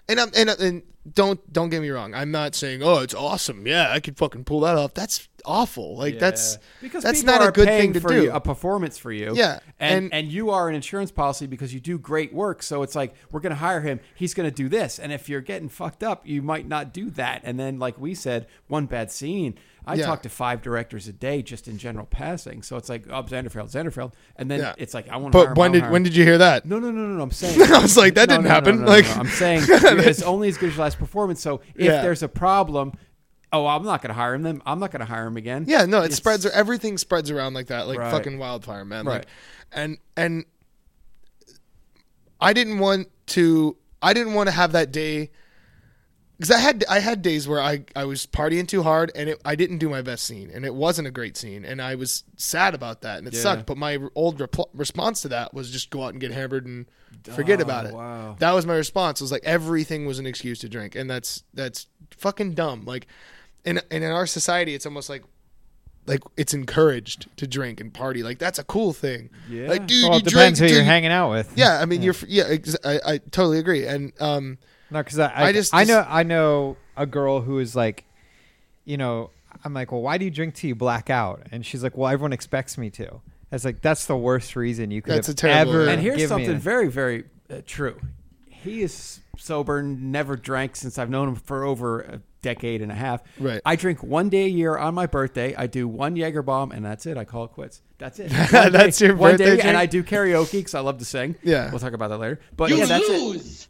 and I'm and, and don't don't get me wrong. I'm not saying oh it's awesome. Yeah, I could fucking pull that off. That's awful. Like that's
because
that's
people
not
are
a good
paying
thing to
for
do.
you- a performance for you.
Yeah,
and, and
and-
you are an insurance policy because you do great work. So it's like we're going to hire him. He's going to do this. And if you're getting fucked up, you might not do that. And then, like we said, one bad scene. I
Yeah.
talk to five directors a day just in general passing. So it's like oh, Zanderfeld, Zanderfeld, and then
Yeah.
it's like I want.
but when did when did you hear that?
No, no, no, no, no. I'm saying.
I was like, that
No,
didn't
no, no,
happen.
no, no,
like
no. I'm saying you're- it's only as good as your last performance. So if
Yeah.
there's a problem, oh, I'm not going to hire him. Then I'm not going to hire him again.
Yeah, no, it
It's-
spreads. Everything spreads around like that, like
Right.
fucking wildfire, man.
Right.
Like, and and I didn't want to. I didn't want to have that day because I had I had days where I I was partying too hard and it, I didn't do my best scene and it wasn't a great scene and I was sad about that and it
Yeah.
sucked. But my old repl- response to that was just go out and get hammered and forget
Oh,
about it.
wow.
That was my response. Was like everything was an excuse to drink and that's that's fucking dumb. Like. And, and in our society, it's almost like like it's encouraged to drink and party. Like that's a cool thing.
Yeah.
Like dude,
well,
you
it depends
drink
who
till
you're
you-
hanging out with.
Yeah, I mean you're f- yeah, ex- I, I totally agree. And um
No, because I, I,
I just-
I know
just-
I know a girl who is like, you know, I'm like, well, why do you drink till you black out? And she's like, well, everyone expects me to. I was like, that's the worst reason you could
That's
have
a terrible-
ever.
Yeah.
And here's
give me
something
a-
very, very uh, true. He is sober, never drank since I've known him for over a decade and a half.
Right.
I drink one day a year on my birthday. I do one Jaeger bomb, and that's it. I call it quits. That's it. One
That's your
one
birthday
and
drink?
I do karaoke because I love to sing.
Yeah.
we'll talk about that later. But yeah, that's it.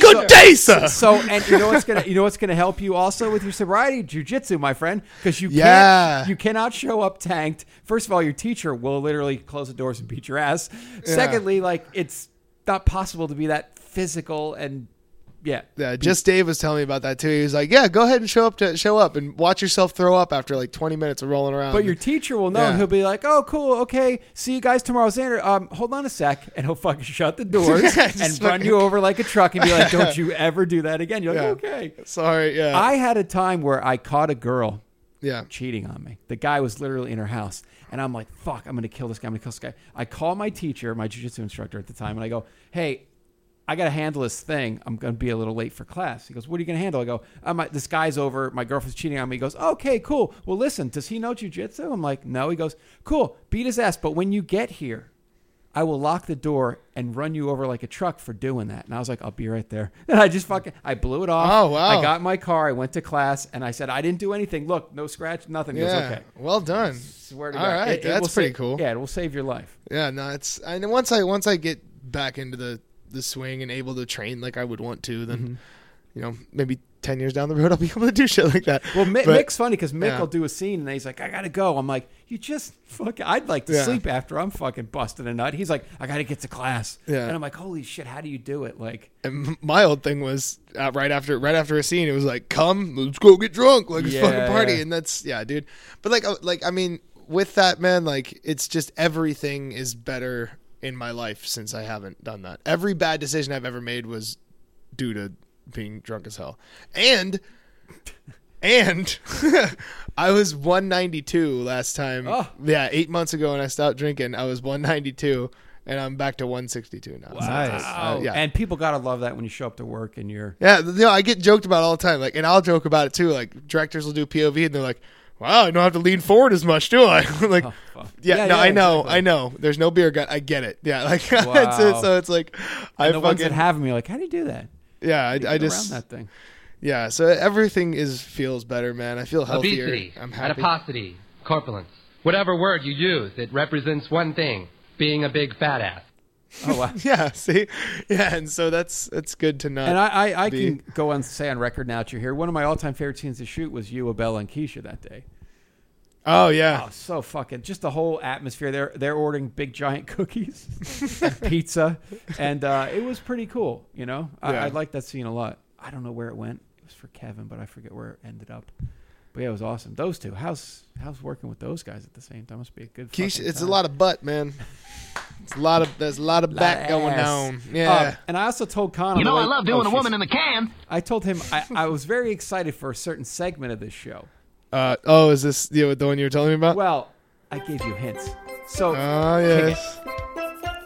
good day, sir.
So, and you know what's gonna you know what's gonna help you also with your sobriety, jujitsu, my friend, because you
Yeah.
can't you cannot show up tanked. First of all, your teacher will literally close the doors and beat your ass. Secondly, like it's not possible to be that physical and yeah.
Yeah, just Dave was telling me about that too. He was like, "Yeah, go ahead and show up to show up and watch yourself throw up after like 20 minutes of rolling around."
But your teacher will know.
Yeah.
He'll be like, "Oh, cool, okay, see you guys tomorrow, Xander. Um, hold on a sec," and he'll fucking shut the doors
Yeah,
and
just
run
fucking-
you over like a truck and be like, "Don't you ever do that again." You're like,
Yeah.
"Okay."
Sorry, yeah.
I had a time where I caught a girl
yeah.
cheating on me. The guy was literally in her house, and I'm like, "Fuck, I'm gonna kill this guy. I'm gonna kill this guy." I call my teacher, my jujitsu instructor at the time, and I go, "Hey, I gotta handle this thing. I'm gonna be a little late for class." He goes, "What are you gonna handle?" I go, I'm, "This guy's over. My girlfriend's cheating on me." He goes, "Okay, cool. Well, listen, does he know jujitsu?" I'm like, "No." He goes, "Cool. Beat his ass. But when you get here." I will lock the door and run you over like a truck for doing that. And I was like, I'll be right there. And I just fucking, I blew it off.
Oh, wow.
I got in my car. I went to class and I said, I didn't do anything. Look, no scratch, nothing. He goes,
Yeah.
okay.
Well done.
Swear to
All
God.
right,
It- it will
that's pretty
save-
cool.
Yeah, it will save your life.
Yeah, no, it's and once I once I get
Mm-hmm.
back into the the swing and able to train like I would want to, then you know maybe ten years down the road, I'll be able to do shit like that.
Well, Mi-
But-
Mick's funny because Mick
yeah.
will do a scene and he's like, "I gotta go." I'm like, "You just fuck. I'd like to
Yeah.
sleep after I'm fucking busting a nut." He's like, "I gotta get to class."
Yeah.
And I'm like, "Holy shit! How do you do it?" Like,
And m- my old thing was uh, right after right after a scene, it was like, "Come, let's go get drunk, like it's
Yeah,
fucking party."
yeah.
And that's yeah, dude. But like, uh, like I mean, with that man, like it's just everything is better in my life since I haven't done that. Every bad decision I've ever made was due to being drunk as hell, and and I was 192 last time.
Oh.
Yeah, eight months ago when I stopped drinking, I was 192, and I'm back to 162 now. So-
Nice.
oh,
Uh, yeah.
And people gotta love that when you show up to work and you're.
yeah, th- no, I get joked about all the time. Like, and I'll joke about it too. Like, directors will do POV, and they're like, "Wow, I don't have to lean forward as much, do I?" I'm like,
Oh, fuck.
yeah,
Yeah,
no,
yeah,
I know,
exactly.
I know. There's no beer gut. I get it. Yeah, like, it's-
Wow.
so it's like, I
And the ones that
fucking
have me, like, how do you do that?
yeah, I, I
Get
just
around that thing.
yeah. So everything is feels better, man. I feel healthier.
Obesity,
I'm happy.
adiposity, corpulence. Whatever word you use, it represents one thing being a big fat ass.
Oh wow.
Yeah, see, yeah, and so that's it's good to not.
And I, I, I
be-
can go and say on record now that you're here. One of my all-time favorite scenes to shoot was you, Abel, and Keisha that day.
oh yeah,
Oh, so fucking just the whole atmosphere. They're they're ordering big giant cookies, and pizza, and uh, it was pretty cool. You know, I,
Yeah.
I like that scene a lot. I don't know where it went. It was for Kevin, but I forget where it ended up. But yeah, it was awesome. Those two. How's how's working with those guys at the same time? Must be a good.
Keisha,
fucking
it's a
time.
lot of butt, man. It's a lot of there's a lot of back
Lot of
going
ass.
on.
Um,
Yeah.
and I also told Connor. oh,
You know, I love doing a woman in the can.
I told him I, I was very excited for a certain segment of this show.
Uh, oh, is this the, the one you were telling me about?
Well, I gave you hints. So
Ah, yes.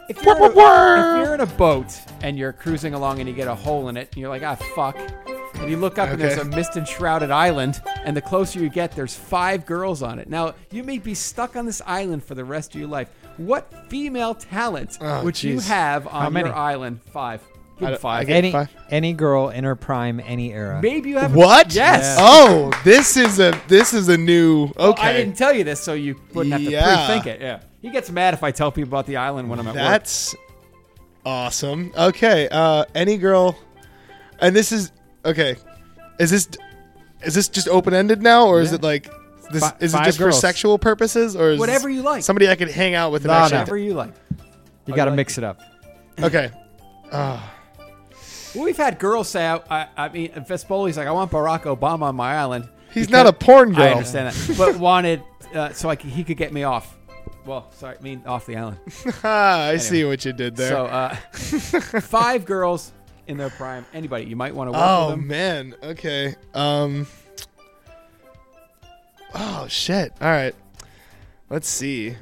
If you're, if you're in a boat and you're cruising along and you get a hole in it and you're like, ah, fuck. And you look up and there's a
Okay.
mist and shrouded island, and the closer you get, there's five girls on it. Now, you may be stuck on this island for the rest of your life. What female talent
Oh,
would you
jeez.
have on
many?
your island? Five.
I
Give
don't- I
five.
get-
Any
Fine.
any girl in her prime, any era.
Maybe you have.
What?
Yes.
Oh, this is a this is a new. Okay.
I didn't tell you this, so you wouldn't have to
Yeah.
prethink it. Yeah. He gets mad if I tell people about the island when I'm at work.
That's awesome. Okay. Uh, any girl, and this is okay. Is this is this just open ended now, or is
Yeah.
it like this?
Fi-
is it
five
just
girls.
for sexual purposes, or is
Whatever
this
you like.
Somebody I could hang out with. and
No,
actually-
Whatever you like.
you got to
like
mix it up.
Okay.
Well, we've had girls say, I, I, I mean, Vespoli's like, I want Barack Obama on my island.
He's
because-
not a porn girl.
I understand that, but wanted uh, so I c he could get me off. Well, sorry, I mean off the island.
Ah, I see what you did there.
So uh, five girls in their prime. Anybody you might want to work
Oh
with them.
man. Okay. Um. Oh shit. All right. Let's see.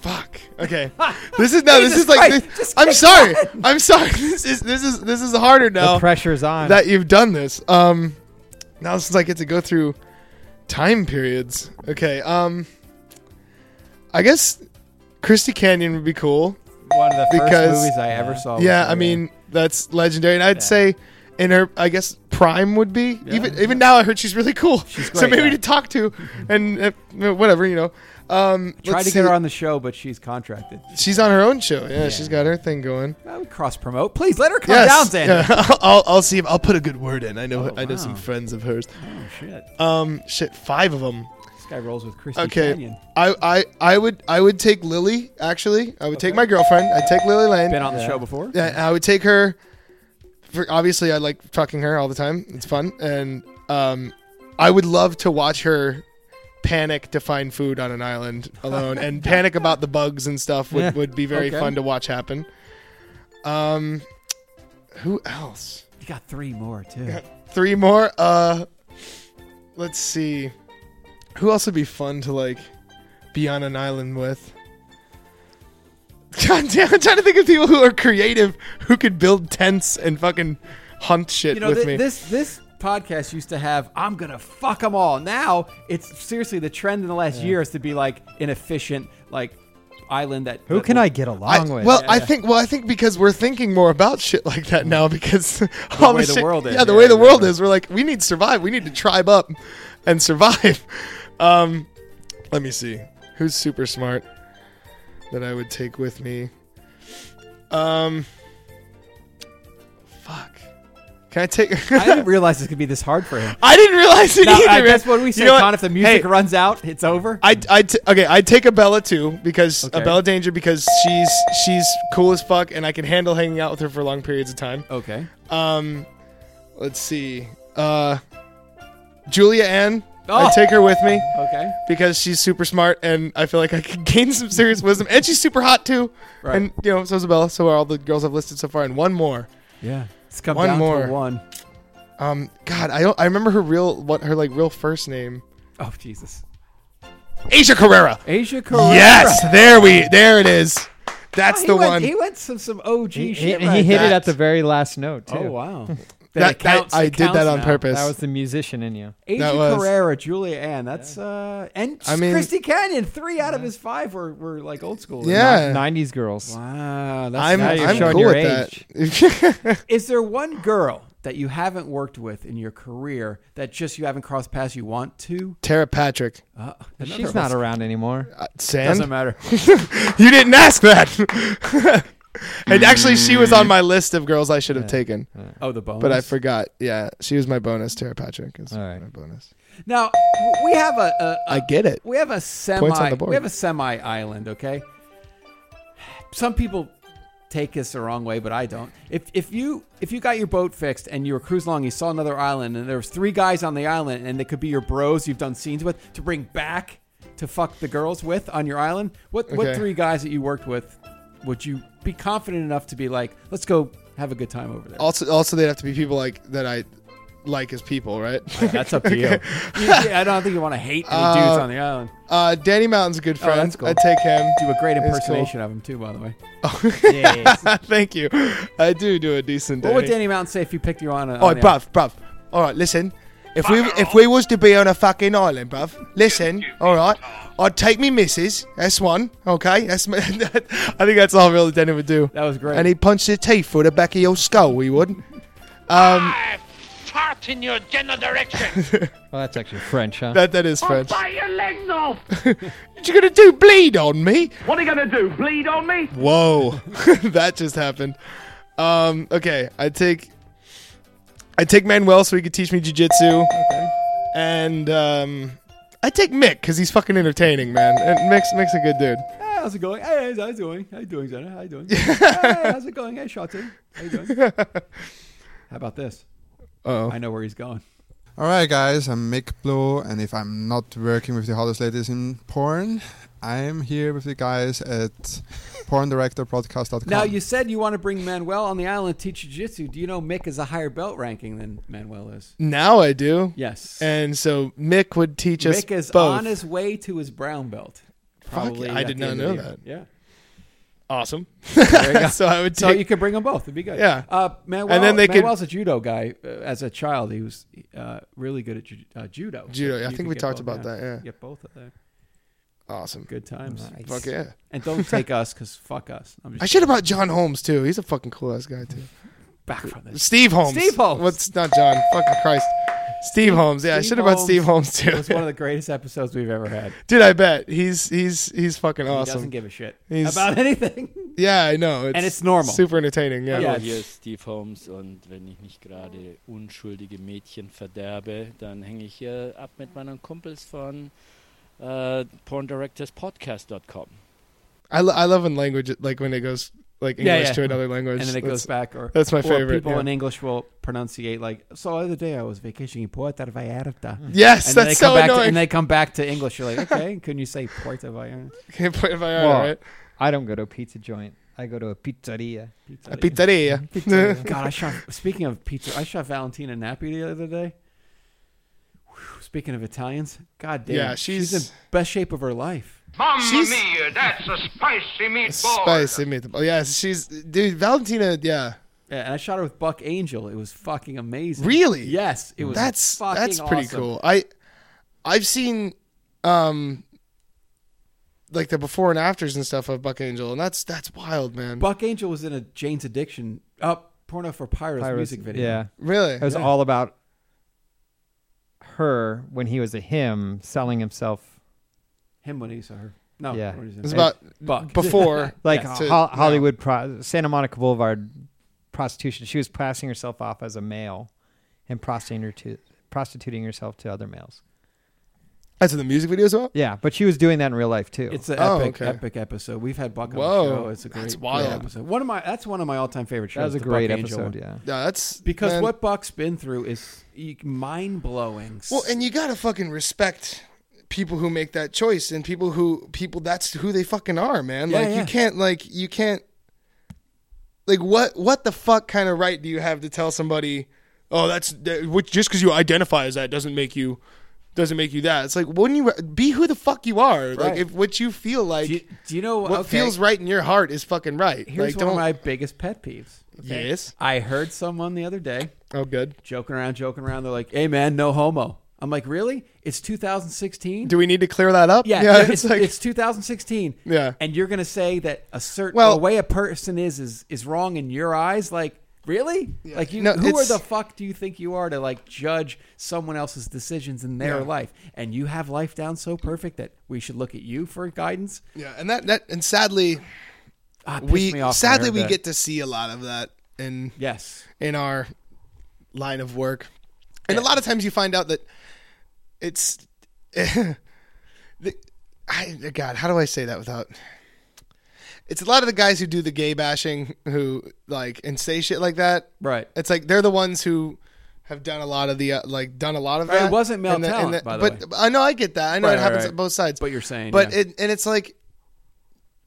Fuck. Okay. This is no. this
Jesus
is like.
Christ,
this-
just
I'm
kick
sorry. I'm sorry. This is this is this is harder now
The pressure's on.
that you've done this. Um. Now since I get to go through time periods. Okay. Um. I guess Christy Canyon would be cool.
One of the
Because-
first movies I ever saw. was
Yeah, I
her.
mean that's legendary, and I'd say in her, I guess prime would be even even now. I heard she's really cool, so
great,
maybe
yeah.
to talk to and uh, whatever you know. Um,
tried
let's
to get her
see.
on the show, but she's contracted.
She's on her own show. Yeah, she's got her thing going.
I would cross promote. Please let her come
Yes.
down, Xander.
Yeah, I'll I'll see. If, I'll put a good word in. I know
Oh,
I know some
wow.
friends of hers.
Oh shit!
Um, shit, five of them.
This guy rolls with Christy
Okay,
Canyon.
I, I I would I would take Lily. Actually, I would take my girlfriend. I'd take Lily Lane.
Been on the show before.
Yeah, and I would take her. For, obviously, I like fucking her all the time. It's fun, and um, I would love to watch her panic to find food on an island alone and panic about the bugs and stuff. Would,
Yeah.
would be very
Okay.
fun to watch happen. Um, who else?
You got three more too.
Three more. Uh, let's see. Who else would be fun to like be on an island with? God damn, I'm trying to think of people who are creative who could build tents and fucking hunt shit
you know,
with
thi-
me.
this this podcast used to have "I'm gonna fuck them all." Now it's seriously the trend in the last year is to be like inefficient, like island that.
Who
that
can
will-
I get
I-
along with?
well, I think well, I think because we're thinking more about shit like that now because all
way
the,
the
shit-
world is,
Yeah, the
yeah,
way the
yeah,
world
yeah.
is, we're like we need to survive. We need to tribe up and survive. Um, let me see who's super smart that I would take with me. Um, fuck. Can I take?
I didn't realize this could be this hard for him.
I didn't realize it
Now,
either.
I
man.
guess what we
You
say,
know
Con, if the music
Hey,
runs out, it's over.
I I t- okay. I take Abella too because
Okay.
Abella Danger because she's she's cool as fuck and I can handle hanging out with her for long periods of time.
okay.
Um, let's see. Uh, Julia Ann.
Oh.
I take her with me
Okay.
because she's super smart and I feel like I could gain some serious wisdom. And she's super hot too.
Right.
And you know, so is Abella. So are all the girls I've listed so far, and one more.
Yeah. It's come
One
down
more.
to one.
Um, God, I don't. I remember her real what her like real first name.
Oh Jesus.
Asia Carrera.
Asia Carrera.
Yes, there we there it is. That's
Oh, He
the
went-
one.
He went some some OG
He, he-
shit.
he
right
hit it
there.
at the very last note too.
Oh wow.
That-
it counts-
I, I
it
did that
counts
on
now.
purpose.
That was the musician in you.
Asia
That was-
Carrera, Julia Ann. That's uh, and
I mean-
Christy Canyon. Three out of his five were, were like old school.
yeah.
90s girls.
Wow. That's
I'm
now you're
I'm
showing
cool
your
with that.
Is there one girl that you haven't worked with in your career that just you haven't crossed paths you want to?
Tara Patrick.
Uh, another
She's not
host.
around anymore.
Uh, Sand.
Doesn't matter.
You didn't ask that. and actually she was on my list of girls I should have taken.
Oh, the bones.
But I forgot. Yeah, she was my bonus. Tara Patrick is
All right.
my bonus. Uh,
Now w- we have a, a, a
I get it.
we have a
Points on
semi
the board.
we have a semi island okay some people take this the wrong way but i don't if if you if you got your boat fixed and you were cruising along you saw another island and there was three guys on the island and they could be your bros you've done scenes with to bring back to fuck the girls with on your island what what
Okay.
three guys that you worked with would you be confident enough to be like let's go have a good time over there
Also also they'd have to be people like that I like as people, right?
that's up to you. You- i don't think you want to hate any dudes on the island
uh, Danny Mountain's a good friend.
that's cool.
I take him.
do a great
It's cool.
impersonation of him too by the way
Thank you. I do do a decent
What
Danny.
would Danny Mountain say if you picked you on a?
Oh,
on the-
bruv, bruv. All right, listen. If we if we was to be on a fucking island, bruv, listen. All right, I'd take me missus. That's one. Okay, that's. My, I think that's all really Denny would do.
That was great.
And he punched the teeth through the back of your skull. He would. Um,
fart in your general direction.
Well, that's actually French, huh?
that that is French.
Bite your legs off.
What you gonna do? Bleed on me?
What are you gonna do? Bleed on me?
Whoa, that just happened. Um, okay, I take. I take Manuel so he could teach me jujitsu.
Okay.
and um, I take Mick because he's fucking entertaining, man. And Mick's Mick's a good dude.
Hey, how's it going? Hey, how's it going? How you doing, Jenna? How you doing? hey, how's it going? Hey, Shotty. How you doing? How about this?
Oh,
I know where he's going.
All right, guys, I'm Mick Blow, and if I'm not working with the hottest ladies in porn, I'm here with the guys at porndirectorpodcast.com.
Now you said you want to bring Manuel on the island to teach jiu-jitsu. Do you know Mick is a higher belt ranking than Manuel is?
now I do.
Yes.
And so Mick would teach us
Mick is
both.
on his way to his brown belt. Probably.
I
at
did
the
not
end of
know
the year.
awesome.
Yeah. There you go.
so I would
So
take.
you could bring them both. It'd be good.
Yeah.
Uh, Manuel,
And then they could-
Manuel's a judo guy. Uh, as a child, he was uh, really good at ju- uh, judo. So
Judo. I
you
think
could
we
get
talked
both,
about that, yeah.
Get both of them.
awesome.
Good times.
Fuck yeah.
And don't take us because fuck us. I'm just
I should have brought John Holmes too. He's a fucking cool ass guy too.
back from this.
Steve Holmes.
Steve Holmes.
What's not John? Fucking Christ. Steve Holmes. Yeah, I
Steve
should have brought
Holmes
Steve Holmes too.
It was one of the greatest episodes we've ever had.
Dude, I bet he's he's he's fucking
He doesn't
awesome.
give a shit
He's-
about anything.
yeah, I know. It's
And it's normal.
Super entertaining. Yeah.
Yeah.
Hier ist Steve Holmes und wenn ich nicht gerade unschuldige Mädchen verderbe, dann hänge ich hier ab mit meinen Kumpels von äh, porndirectorspodcast.com.
I, lo- I love when language like when it goes like English
Yeah, yeah.
to another language.
and then it
That's-
goes back. Or
that's my
or
favorite,
People
yeah.
in English will pronunciate like. So the other day I was vacationing in Puerto Vallarta.
Yes,
And then
that's
they come
so
back To,
annoying.
and they come back to English. You're like, okay, couldn't you say Puerto Vallarta?
Can't play by
Well,
right?
I don't go to a pizza joint. I go to a pizzeria.
A pizzeria.
God, I shot. Speaking of pizza, I shot Valentina Nappi the other day. Whew, speaking of Italians, God damn,
Yeah, she's-
in best shape of her life.
Mamma
She's-
mia, that's a spicy meatball.
Spicy meatball. Yes, she's dude. Valentina. Yeah,
Yeah, and I shot her with Buck Angel. It was fucking amazing.
Really?
Yes, it was.
that's
fucking
that's pretty
awesome.
cool. I I've seen um like the before and afters and stuff of Buck Angel, and that's that's wild, man.
Buck Angel was in a Jane's Addiction up porno for Pyros,
Pyros-
music video.
Yeah.
really?
It was all about her when he was a him selling himself.
him when he saw her. No,
Yeah.
when he saw
It's
her.
about
Buck
before.
Like
Yes.
Ho- Hollywood, Pro- Santa Monica Boulevard prostitution. She was passing herself off as a male and prostituting, her to, prostituting herself to other males.
That's in the music video as well.
Yeah, but she was doing that in real life too.
It's an
Oh,
epic,
okay.
epic episode. We've had Buck on
Whoa,
the show. It's a great,
that's
great
wild.
episode. One of my that's one of my all time favorite shows.
That was a
the
great
Buck Angel
episode,
one.
yeah.
Yeah, that's
because
man.
what Buck's been through is e, mind blowing.
Well, and you gotta fucking respect people who make that choice and people who people that's who they fucking are, man.
Yeah,
like
yeah.
you can't like you can't like what what the fuck kind of right do you have to tell somebody? Oh, that's that, which just because you identify as that doesn't make you doesn't make you that. It's like wouldn't you be who the fuck you are? Like
Right.
if what you feel like,
do you, do you know
what
okay,
feels right in your heart is fucking right.
Here's
like
one
don't
of my biggest pet peeves. okay?
Yes.
I heard someone the other day
oh good.
joking around, joking around. They're like, "Hey, man, no homo." I'm like, "Really? It's 2016."
Do we need to clear that up?
yeah,
yeah
it's,
it's like
it's 2016.
Yeah.
and you're gonna say that a certain
Well-
the way a person is is is wrong in your eyes, like. Really? Like you?
No,
who are
it's-
the fuck do you think you are to like judge someone else's decisions in their
Yeah.
life? And you have life down so perfect that we should look at you for guidance.
yeah, and that that and sadly
Ah, it pissed
we
me off when I
sadly
heard
we
that.
get to see a lot of that in
yes,
in our line of work, and a lot of times you find out that it's the, I, God. How do I say that without? It's a lot of the guys who do the gay bashing who like and say shit like that.
right.
It's like they're the ones who have done a lot of the uh, like done a lot of
Right, it
that.
wasn't male
And the- and
talent, by the
but I know I get that. I know
Right,
it happens
right,
on both sides.
But you're saying,
But
yeah.
it, and it's like,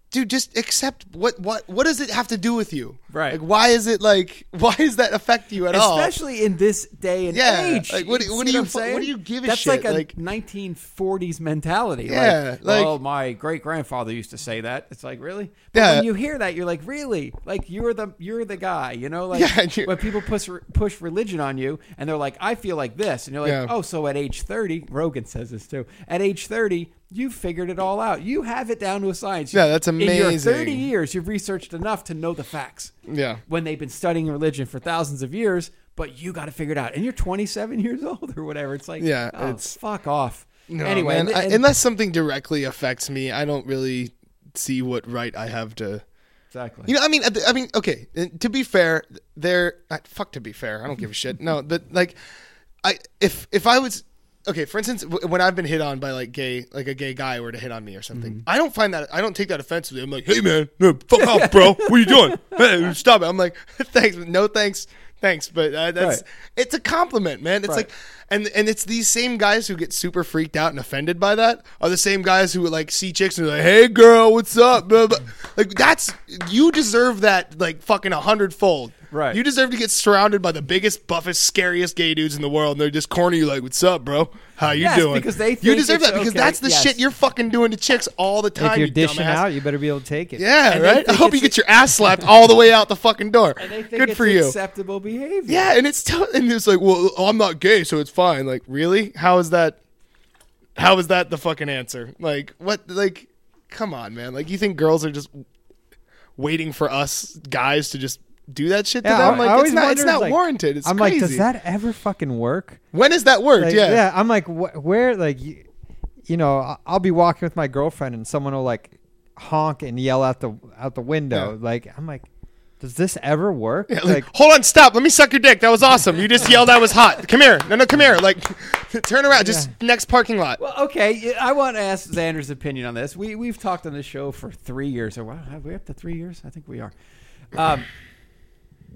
dude, just accept what what what does it have to do with you?
Right.
Like, why is it like why does that affect you at all?
especially in this day and
Yeah,
age.
like, what do-
see
what do you
I'm
fu- what
saying?
do you give a
That's
shit?
like a
Like-
1940s mentality.
Yeah,
like,
like-
well, my great grandfather used to say that. It's like really, but
Yeah.
When you hear that, you're like, really? Like you're the you're the guy, you know? Like
Yeah, and you-
when people push push religion on you, and they're like, I feel like this, and you're like,
Yeah.
oh, so at age 30, Rogan says this too. At age 30. You figured it all out. You have it down to a science.
Yeah, that's
In your
amazing.
30 years, you've researched enough to know the facts
Yeah.
when they've been studying religion for thousands of years, but you got to figure it out. And you're 27 years old or whatever. It's like,
Yeah,
oh,
it's-
fuck off.
No,
anyway,
man,
and-
I-
and-
unless something directly affects me, I don't really see what right I have to.
exactly.
You know, I mean, at the- I mean, okay. uh, To be fair, there. uh, Fuck. To be fair, I don't give a shit. No, but like, I if if I was okay, for instance, w- when I've been hit on by like gay, like a gay guy were to hit on me or something, I don't find that I don't take that offensively. I'm like, hey man, no, fuck off, bro. What are you doing? Hey, stop it. I'm like, thanks, but no thanks, thanks. But uh, that's
Right.
it's a compliment, man. It's
Right.
like. And, and it's these same guys who get super freaked out and offended by that are the same guys who like see chicks and are like, "Hey girl, what's up?" Blah, blah. Like that's you deserve that like fucking a hundredfold.
Right.
You deserve to get surrounded by the biggest, buffest, scariest gay dudes in the world, and they're just corny. Like, what's up, bro? How you
Yes,
doing?
because they
you
think
deserve
it's
that because
okay,
that's the
yes.
shit you're fucking doing to chicks all the time.
if you're
you
dishing
dumbass.
out, you better be able to take it.
yeah,
And they
right. I
think
hope you
it's-
get your ass slapped all the way out the fucking door.
and they think
Good
it's
for you.
acceptable behavior.
Yeah, and it's t- and it's like, well, oh, I'm not gay, so it's fine. Like, really? How is that? How is that the fucking answer? Like, what? Like, come on, man. Like, you think girls are just waiting for us guys to just do that shit to
Yeah, I-
them?
I
like,
always
it's not. It's
wondered,
not
like-
warranted. It's
I'm
crazy.
like, does that ever fucking work?
when is that word?
Like,
yeah.
I'm like, wh- where, like, you, you know, I- I'll be walking with my girlfriend and someone will like honk and yell out the out the window.
Yeah.
Like, I'm like, does this ever work?
Yeah, like, hold on, stop. Let me suck your dick. That was awesome. You just yelled that was hot. Come here. No, no, come here. Like, turn around. Just next parking lot.
Well, okay. yeah, I want to ask Xander's opinion on this. We we've talked on this show for three years. Or wow, are we up to three years? I think we are. Um,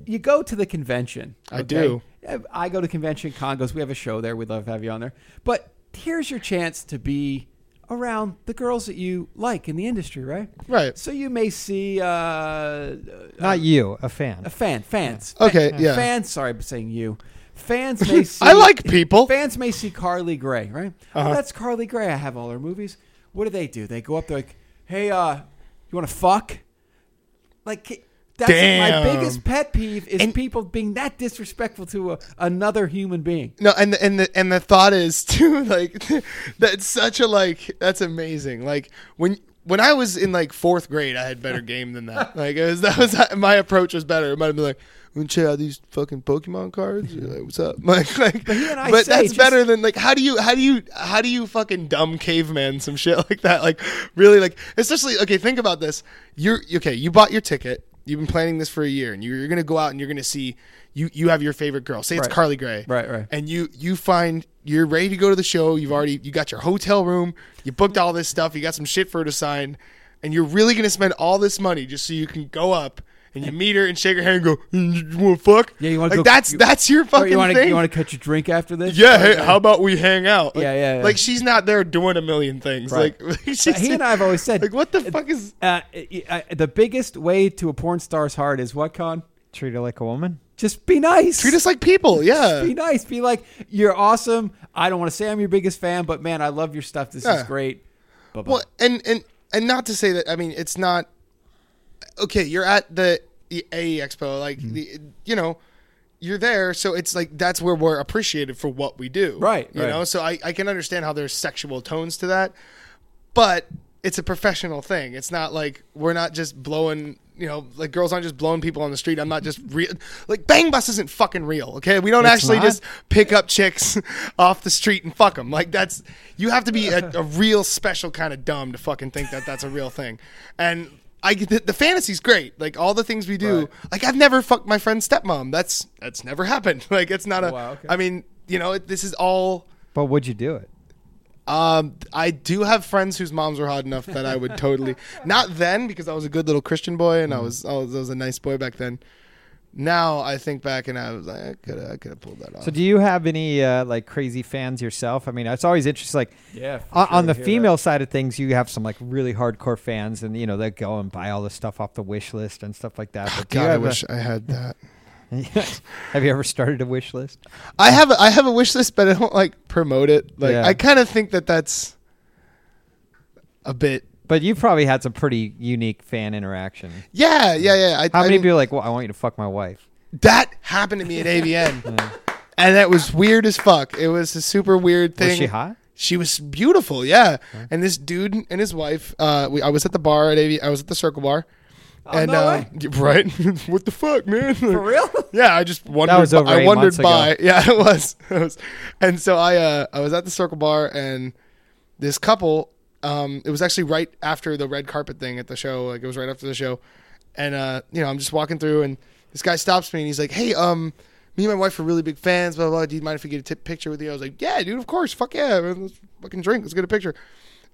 you go to the convention.
I do.
Uh, I go to convention Congos. We have a show there. We'd love to have you on there. But here's your chance to be around the girls that you like in the industry, right?
Right.
So you may see uh,
not you, a fan.
a fan, fans.
Okay,
Fa-
yeah.
Fans, sorry for saying you. Fans may see.
I like people.
Fans may see Carly Gray, right?
Uh-huh.
Oh, that's Carly Gray. I have all her movies. What do they do? They go up, they're like, hey, uh, you want to fuck? Like, that's
Damn.
my biggest pet peeve is people being that disrespectful to a, another human being.
No, and the, and the and the thought is too like that's such a like that's amazing. Like when when I was in like fourth grade, I had better game than that. Like it was that was my approach was better. It might have been like. Want to check out these fucking Pokemon cards? You're like, what's up? Like, like, but,
he and I say
that's
just-
better than like, how do you, how do you, how do you fucking dumb caveman some shit like that? Like, really, like, especially okay. Think about this. You're okay. You bought your ticket. You've been planning this for a year, and you- you're going to go out and you're going to see you. You have your favorite girl. Say it's
Right.
Carly Gray,
Right, right.
And you you find you're ready to go to the show. You've already you got your hotel room. You booked all this stuff. You got some shit for her to sign, and you're really going to spend all this money just so you can go up and you meet her and shake her hand and go, "Mm, "You want to fuck?" Yeah, you
wanna
like
go-
that's
you-
that's your
Oh,
fucking
you wanna-
thing.
You want to catch a drink after this?
Yeah, hey, how about we hang out? Like,
Yeah, yeah, yeah.
Like she's not there doing a million things.
Right.
Like she's
But he and I have always said,
like, what the fuck is
uh, I- I- the biggest way to a porn star's heart is what, Con?
Treat her like a woman.
Just be nice.
Treat us uh, like people. Yeah.
Just be nice. Be like, you're awesome. I don't want to say I'm your biggest fan, but man, I love your stuff. This
Yeah.
is great. Bye-bye.
well, and and and not to say that. I mean, it's not. Okay, you're at the the AE Expo. Like
Mm-hmm.
the you know, you're there, so it's like that's where we're appreciated for what we do.
Right,
You
right.
know, so I I can understand how there's sexual tones to that, but it's a professional thing. It's not like we're not just blowing. You know, like girls aren't just blowing people on the street. I'm not just real. Like Bang Bus isn't fucking real. Okay, we don't
It's
actually
not.
just pick up chicks off the street and fuck them. Like that's you have to be a, a real special kind of dumb to fucking think that that's a real thing. And I get the, the fantasy's great. Like all the things we do. Like I've never fucked my friend's stepmom. That's that's never happened. Like it's not a. I
wow, okay.
mean, you know, it, this is all.
But would you do it?
Um, I do have friends whose moms were hot enough that I would totally not then because I was a good little Christian boy
Mm.
and I was I was, I was a nice boy back then. Now I think back and I was like I could I could have pulled that off.
So, do you have any uh, like crazy fans yourself? I mean, it's always interesting. Like,
Yeah, for
on,
sure,
on
we
the
hear
female side of things, you have some like really hardcore fans, and you know they go and buy all the stuff off the wish list and stuff like that. But do you
Oh, God, I
have a-
wish I had that.
have you ever started a wish list?
I have a, I have a wish list, but I don't like promote it. Like
Yeah.
I kind of think that that's a bit.
But you probably had some pretty unique fan interaction.
Yeah, yeah, yeah. I,
How
I
many
mean,
people are like, "Well, I want you to fuck my wife"?
that happened to me at AVN, and that was weird as fuck. It was a super weird thing.
Was she hot?
She was beautiful, yeah. And this dude and his wife, uh, we, I was at the bar at AV, I was at the Circle Bar, and
Oh, no
uh, right, what the fuck, man? For
real?
Yeah, I just wondered.
was over
I
eight
wondered
months ago.
by. Yeah, it was. It was. And so I, uh, I was at the Circle Bar, and this couple, um, it was actually right after the red carpet thing at the show. Like it was right after the show, and uh, you know, I'm just walking through, and this guy stops me, and he's like, "Hey, um." Me and my wife are really big fans. Blah blah. blah. Do you mind if we get a tip picture with you? I was like, "Yeah, dude, of course. Fuck yeah, man. let's fucking drink. Let's get a picture."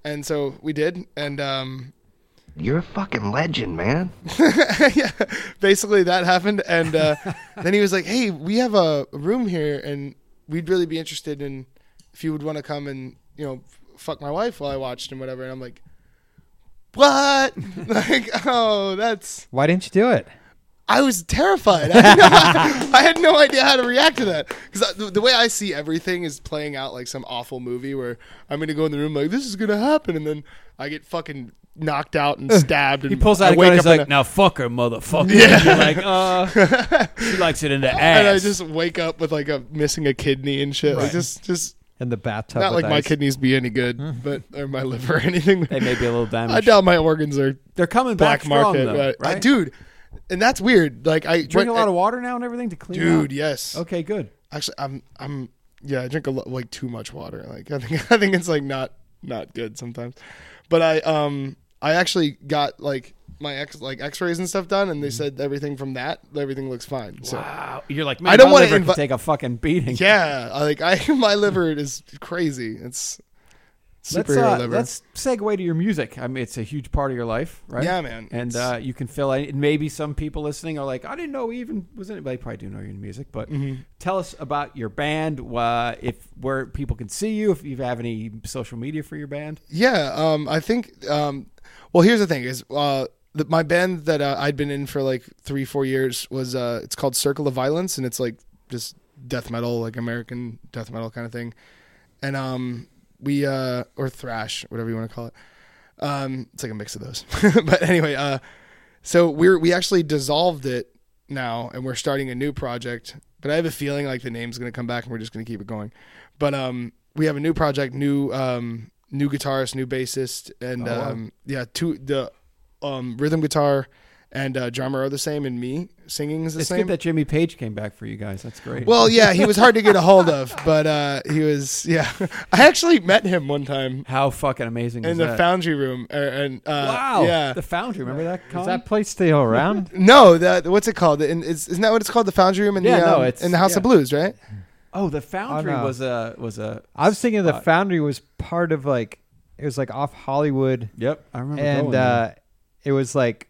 And so we did, and um,
You're a fucking legend, man.
yeah, basically that happened, and uh, then he was like, "Hey, we have a room here, and we'd really be interested in if you would want to come and you know f- fuck my wife while I watched and whatever." And I'm like, "What? like, oh, that's."
Why didn't you do it?
I was terrified. I had no, I had no idea how to react to that because the, the way I see everything is playing out like some awful movie where I'm going to go in the room like this is going to happen, and then I get fucking knocked out and stabbed. And
He pulls out
I
a gun.
wake
He's
up in
like,
a-
"Now fuck her, motherfucker."
Yeah.
You're like, uh, she likes it in the ass.
And I just wake up with like a missing a kidney and shit. Like
Right.
just just
In the bathtub?
not
with
like my
ice.
kidneys be any good, but or my liver or anything.
Hmm. they may be a little
I
damaged.
doubt my organs are
They're coming back
black
strong,
market,
though,
but- I-
right?
dude. And that's weird. Like I
Drink a
what-
lot of water now and everything to clean. up?
dude. Yes.
Okay, good.
Actually, I'm I'm yeah. I drink a lot like too much water. Like I think I think it's like not not good sometimes. But I um I actually got like my ex like X-rays and stuff done, and
Mm-hmm.
they said everything from that everything looks fine. So.
Wow. Uh, You're like, man,
I don't
my
wanna
liver could
invi-
take a fucking beating.
Yeah, I- like I, my liver is crazy. It's
Let's,
superhero
uh,
liver.
let's segue to your music. I mean, it's a huge part of your life, right?
Yeah, man.
And
It's-
uh, you can fill in. and Maybe some people listening are like, I didn't know even was in it. They probably do know your music, but
Mm-hmm.
tell us about your band. Uh, if where people can see you, if you have any social media for your band.
yeah, um, I think. Um, well, here's the thing: is uh, the, my band that uh, I'd been in for like three, four years was uh, it's called Circle of Violence, and it's like just death metal, like American death metal kind of thing. And um, we uh, or thrash, whatever you want to call it. Um, it's like a mix of those. but anyway, uh, so we're we actually dissolved it now, and we're starting a new project. But I have a feeling like the name's going to come back, and we're just going to keep it going. But um, we have a new project, new um, new guitarist, new bassist, and
Oh, wow.
um, yeah, two the um, rhythm guitar and uh, John Moreau the same, and me singing is the
it's
same.
good that Jimmy Page came back for you guys. That's great.
Well, yeah, he was hard to get a hold of, but uh, he was yeah. I actually met him one time.
How fucking amazing!
In
is
the
that?
Foundry Room, uh, and uh,
Wow,
yeah,
the Foundry. Remember that? Con?
that place still around?
no, that what's it called? In, is, isn't that what it's called? The Foundry Room in
Yeah,
the
no,
um,
it's-
in the House
yeah.
of Blues, right?
Oh, the Foundry
no.
was a was a.
I was thinking the
spot.
Foundry was part of like it was like off Hollywood.
Yep, I remember.
and
going there.
uh, it was like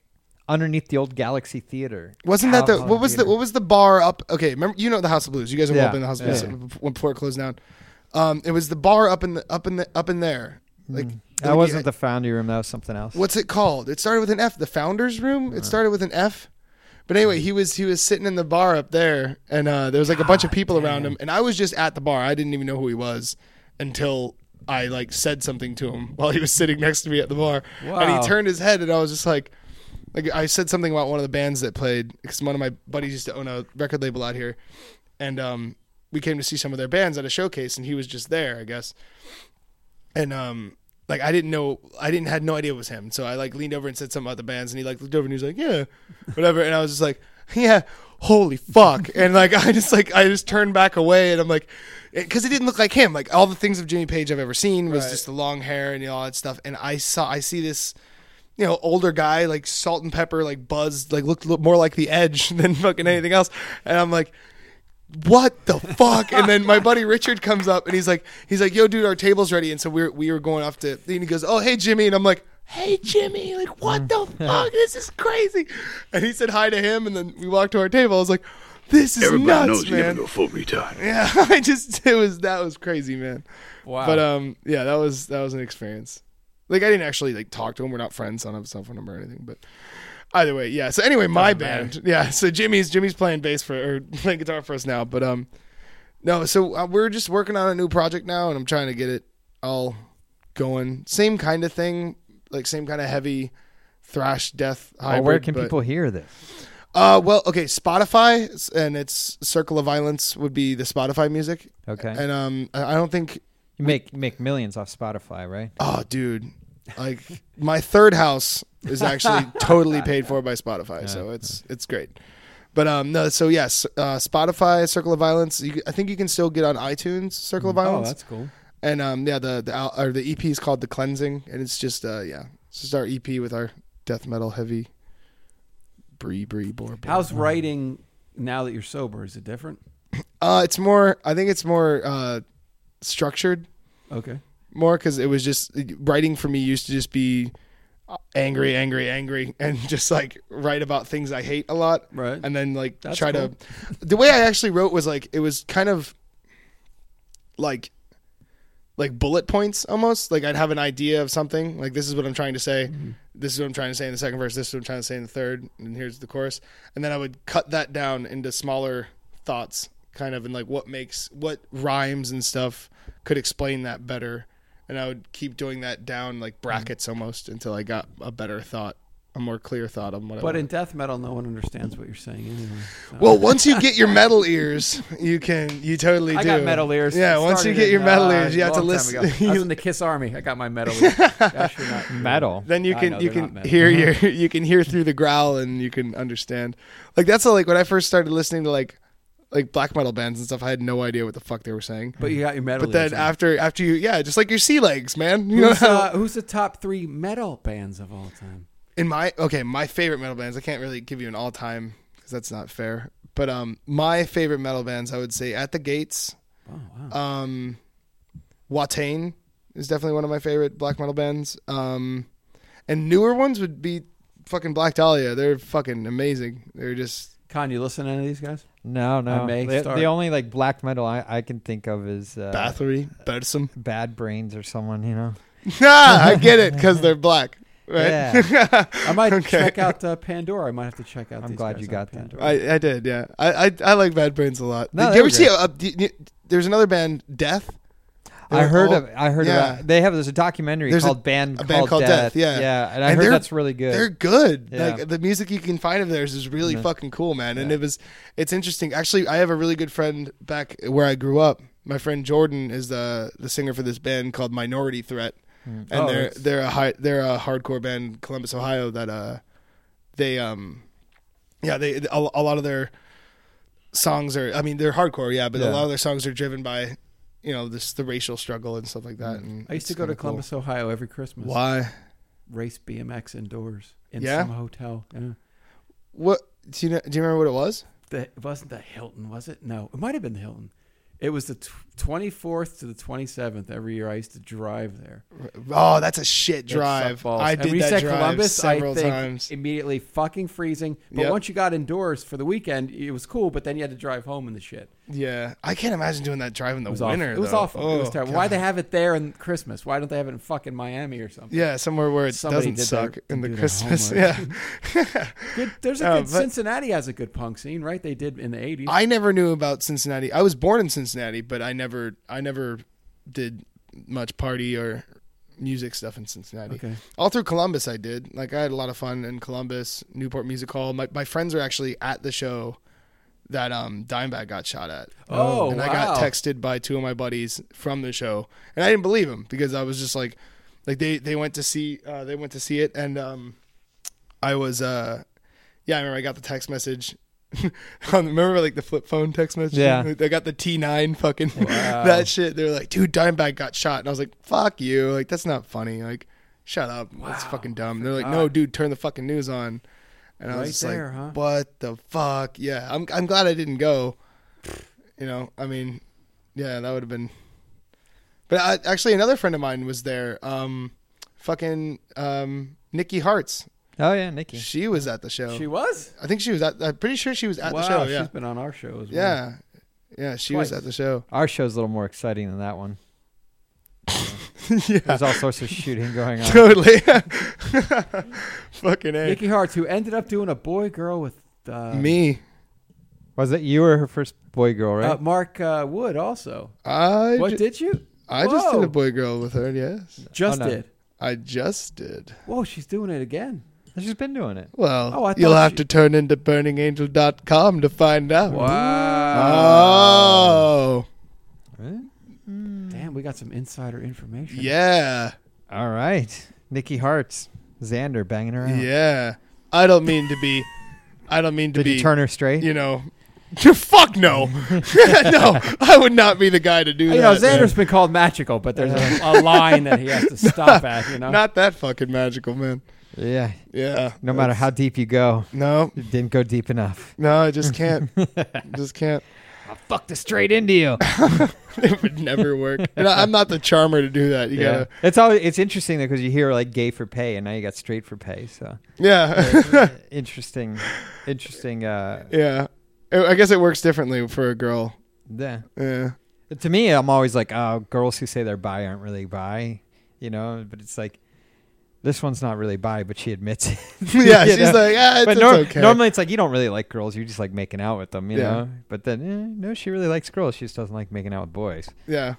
underneath the old Galaxy Theater.
Wasn't that the
Out-
what was the what was the bar up? Okay, remember you know the House of Blues. You guys have all
Yeah.
been in the House of
Yeah.
Blues when before it closed down. Um, it was the bar up in the up in the up in there. Like
Hmm. That wasn't the Foundry Room. That was something else.
what's it called? It started with an F. The Founders Room. It started with an F. But anyway, he was he was sitting in the bar up there, and uh, there was like a bunch of people around him, and I was just at the bar. I didn't even know who he was until I like said something to him while he was sitting next to me at the bar, and
Wow.
he turned his head, and I was just like. Like I said something about one of the bands that played because one of my buddies used to own a record label out here, and um, we came to see some of their bands at a showcase, and he was just there, I guess and um like I didn't know I didn't had no idea it was him. So I like leaned over and said something about the bands and he like looked over and he was like, Yeah, whatever and I was just like, Yeah, holy fuck and like I just like I just turned back away and I'm like because it didn't look like him. Like all the things of Jimmy Page I've ever seen was
Right.
just the long hair and you know, all that stuff. And I saw I see this you know, older guy, like salt and pepper, like buzzed, like looked lo- more like the edge than fucking anything else. And I'm like, what the fuck? And then my buddy Richard comes up and he's like, he's like, yo, dude, our table's ready. And so we were, we were going off to, and he goes, oh, hey, Jimmy. And I'm like, hey, Jimmy, like, what the fuck? This is crazy. And he said hi to him. And then we walked to our table. I was like, this is
Everybody
nuts,
knows you
man.
never go full retard.
yeah, I just, it was, that was crazy, man.
Wow.
But, um, yeah, that was, that was an experience. Like, I didn't actually, like, talk to him. We're not friends. I don't have a cell phone number or anything, but. Either way, yeah. So anyway, my
matter.
band, yeah. So Jimmy's Jimmy's playing bass for or playing guitar for us now, but um, no. So uh, we're just working on a new project now, and I'm trying to get it all going. Same kind of thing, like same kind of heavy thrash death.
Well,
Hybrid,
Oh, where can
but-
people hear this?
Uh, well, okay, Spotify s- and it's Circle of Violence would be the Spotify music.
Okay.
and um, I I don't think
You make you make millions off Spotify, right?
Oh, dude. Like my third house is actually totally paid for by Spotify, so it's it's great. But um no, so yes, uh, Spotify Circle of Violence. You, c- I think you can still get on iTunes Circle of
oh,
Violence.
that's cool.
And um yeah, the the al- or the EP is called The Cleansing, and it's just uh yeah, it's just our EP with our death metal heavy. Bree bree bore. bore.
How's writing now that you're sober? Is it different?
Uh, it's more. I think it's more uh structured.
Okay.
more because it was just writing for me used to just be angry, angry, angry, and just like write about things I hate a lot.
Right.
And then like
That's
try
cool.
to. The way I actually wrote was like it was kind of like like bullet points almost. Like I'd have an idea of something. Like this is what I'm trying to say.
Mm-hmm.
This is what I'm trying to say in the second verse. This is what I'm trying to say in the third. And here's the chorus. And then I would cut that down into smaller thoughts, kind of, and like what makes what rhymes and stuff could explain that better. And I would keep doing that down
Mm-hmm.
like brackets almost until I got a better thought, a more clear thought on what I
But
wanted.
in death metal, no one understands what you're saying anyway. so-
Well, once you get your metal ears, you can you totally
I
do.
got metal ears.
Yeah,
It
once you
started
get your
in,
metal
uh,
ears, you have to
long time
listen.
ago. I was in the Kiss Army. I got my metal ears. Gosh, you're not
Metal.
then you
I
can
know
you
they're
can
not metal.
hear your you can hear through the growl and you can understand. Like that's how, like when I first started listening to like like black metal bands and stuff, I had no idea what the fuck they were saying.
But you got your metal
But then
ears. on.
after after you yeah, just like your sea legs, man. You know
who's,
how-
uh, who's the top three metal bands of all time?
in my okay, my favorite metal bands. I can't really give you an all time because that's not fair. But um, my favorite metal bands, I would say At the Gates,
Oh, wow.
um, Watane is definitely one of my favorite black metal bands. Um, and newer ones would be fucking Black Dahlia. They're fucking amazing. They're just
Con, you listen to any of these guys?
No, no.
may
the,
start.
the only like black metal I, I can think of is uh,
Bathory, Bersum.
Bad Brains or someone, you know.
Nah, Ah, I get it because they're black, right?
Yeah.
I might
Okay.
check out uh, Pandora. I might have to check out.
I'm
these
glad
guys
you
on
got that.
Pandora.
I, I did, yeah. I, I, I like Bad Brains a lot.
No,
did
they
you
were
ever see?
great.
Uh, d- d- there's another band, Death. They
I
were
heard
all-
of I heard
yeah.
about they have there's a documentary
There's a-
called Band
a
called,
band called Death, yeah.
Yeah, and I
And
heard
they're-
that's really good.
They're good.
Yeah.
Like the music you can find of theirs is really
Mhm.
fucking cool, man. And it was it's interesting. Actually, I have a really good friend back where I grew up. My friend Jordan is the the singer for this band called Minority Threat, and
Oh,
they're
that's-
they're a high, they're a hardcore band, Columbus, Ohio. That uh, they um yeah they a, a lot of their songs are I mean they're hardcore yeah but
Yeah.
a lot of their songs are driven by you know this the racial struggle and stuff like that. And
I used to
it's
go to
kinda cool.
Columbus, Ohio every Christmas.
Why?
Race BMX indoors in
Yeah?
some hotel. Yeah.
What do you know, do you remember what it was?
The, it wasn't the Hilton, was it? No, it might have been the Hilton. It was the tw- 24th to the 27th every year. I used to drive there.
Oh, that's a shit
That
drive.
sucked balls.
I
And
did
when you
that
said
drive
Columbus, I
several
think
times.
immediately fucking freezing. But
Yep.
once you got indoors for the weekend, it was cool. But then you had to drive home in the shit.
Yeah, I can't imagine doing that drive in the
It was awful.
winter.
It was
though.
awful. it was
Oh,
terrible.
God.
Why they have it there in Christmas? Why don't they have it in fucking Miami or something?
Yeah, somewhere where it
Somebody
doesn't
did their-
suck in
did
the
their
Christmas. Yeah,
homework. good, there's a
No,
good
but-
Cincinnati has a good punk scene, right? They did in the 80s.
I never knew about Cincinnati. I was born in Cincinnati, but I never, I never did much party or music stuff in Cincinnati.
Okay.
All through Columbus, I did. Like I had a lot of fun in Columbus, Newport Music Hall. My my friends are actually at the show that um Dimebag got shot at.
Oh,
and I got
wow.
texted by two of my buddies from the show, and I didn't believe them because I was just like, like they they went to see uh, they went to see it, and um, I was uh, yeah, I remember I got the text message. remember like the flip phone text message?
Yeah.
Like, they got the T nine fucking that shit. They were like, dude, Dimebag got shot, and I was like, fuck you, like that's not funny, like shut up, that's fucking dumb. They're like, no, dude, turn the fucking news on, and I
Oh, Right
was just
there,
like,
huh?
what the fuck? Yeah, I'm I'm glad I didn't go. You know, I mean, yeah, that would have been. But I, actually, another friend of mine was there. Um, fucking um, Nikki Hartz.
Oh yeah, Nikki.
She was at the show.
She was?
I think she was at. I'm pretty sure she was at
wow,
the show. Yeah.
she's been on our show as well.
yeah. Yeah, she was
Twice.
at the show.
Our show's a little more exciting than that one. yeah. There's all sorts of shooting going on.
Totally. Fucking A.
Nikki Hartz, who ended up doing a boy girl with uh,
Me.
Was it you were her first boy girl, right?
uh, Mark uh, Wood also.
I
what
ju-
did you?
I just did
Whoa.
a boy girl with her, yes.
Just
Oh, no.
did.
I just did.
Whoa, she's doing it again.
She's been doing it.
Well,
Oh, I
you'll
thought
have
she-
to turn into burningangel.com to find out. Uh,
Wow.
Oh.
Right?
Damn, we got some insider information.
Yeah.
All right. Nikki Hartz, Xander banging her out.
Yeah. I don't mean to be I don't mean to
Did
be
you turn her straight?
you know fuck no. no. I would not be the guy to do
You
that.
know,
man.
Xander's been called magical, but there's a, a line that he has to stop at, you know?
Not that fucking magical, man.
yeah.
Yeah.
No matter how deep you go,
No.
it didn't go deep enough.
No, I just can't. just can't.
Fuck the straight into you.
It would never work. And I, I'm not the charmer to do that. You
Yeah.
gotta
It's all. It's interesting though because you hear like gay for pay, and now you got straight for pay. So Uh,
Yeah.
interesting, interesting. Uh,
yeah. I I guess it works differently for a girl.
yeah.
Yeah.
To me, I'm always like, oh, girls who say they're bi aren't really bi, you know. But it's like this one's not really bi, but she admits it.
yeah,
You
she's
know?
like, ah, it's,
but
it's
nor-
okay.
normally it's like you don't really like girls; you're just like making out with them, you
Yeah.
know. But then, eh, no, she really likes girls. She just doesn't like making out with boys.
yeah,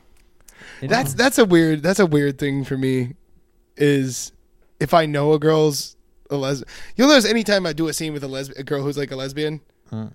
You know?
that's that's a weird that's a weird thing for me. Is if I know a girl's a lesbian, you'll notice anytime I do a scene with a lesbian, a girl who's like a lesbian,
Mm.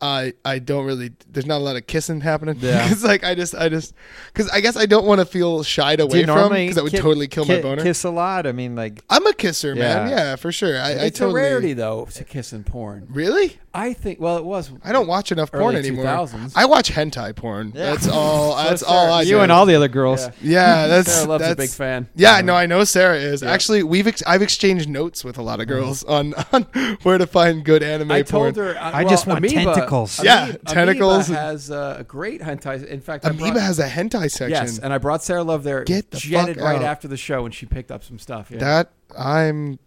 I I don't really. There's not a lot of kissing happening.
Yeah.
it's like I just I just because I guess I don't want to feel shied away from because that would
ki-
totally kill my
ki-
boner.
Kiss a lot. I mean, like
I'm a kisser, man.
Yeah.
Yeah, for sure. I, I
it's
totally.
a rarity, though, to kiss in porn.
Really?
I think, well, it was.
I don't watch enough porn
Early
anymore.
2000s.
I watch hentai porn.
Yeah.
That's all.
So
That's
fair.
all I do.
you and all the other girls.
Yeah.
Yeah, that's
Sarah loves
that's,
a big fan.
Yeah, no, I know Sarah is.
Um, Yeah. Uh-huh.
Actually, we've ex- I've exchanged notes with a lot of girls on, on where to find good anime
I
porn.
told her. uh,
I
well,
just want
Amoeba-
tentacles.
Yeah,
Amoeba-
tentacles and-
Amoeba has uh, a great hentai. In fact, I
Amoeba
brought-
has a hentai section.
Yes, and I brought Sarah Love there.
Get the
jetted
fuck
right
out.
after the show, and she picked up some stuff. Yeah,
that I'm.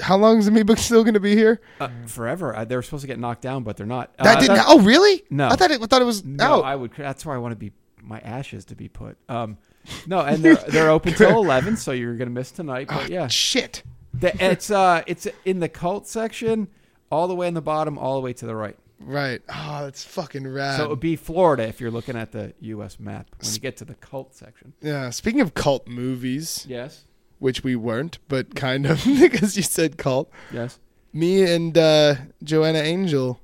How long is Amoeba still going to be here?
uh, forever. I, they were supposed to get knocked down, but they're not. Uh,
That
I
didn't.
thought-
oh, really?
No.
I thought it. I thought it was
No,
out.
I would. That's where I want to be. My ashes to be put. Um, no, and they're they're open till eleven, so you're gonna miss tonight.
Oh,
But yeah,
Ah, Shit.
The- it's uh, it's in the cult section, all the way in the bottom, all the way to the right.
Right. Oh, that's fucking rad.
So it would be Florida if you're looking at the U.S. map when you get to the cult section.
yeah. Speaking of cult movies,
Yes.
which we weren't, but kind of because you said cult.
Yes.
me and uh, Joanna Angel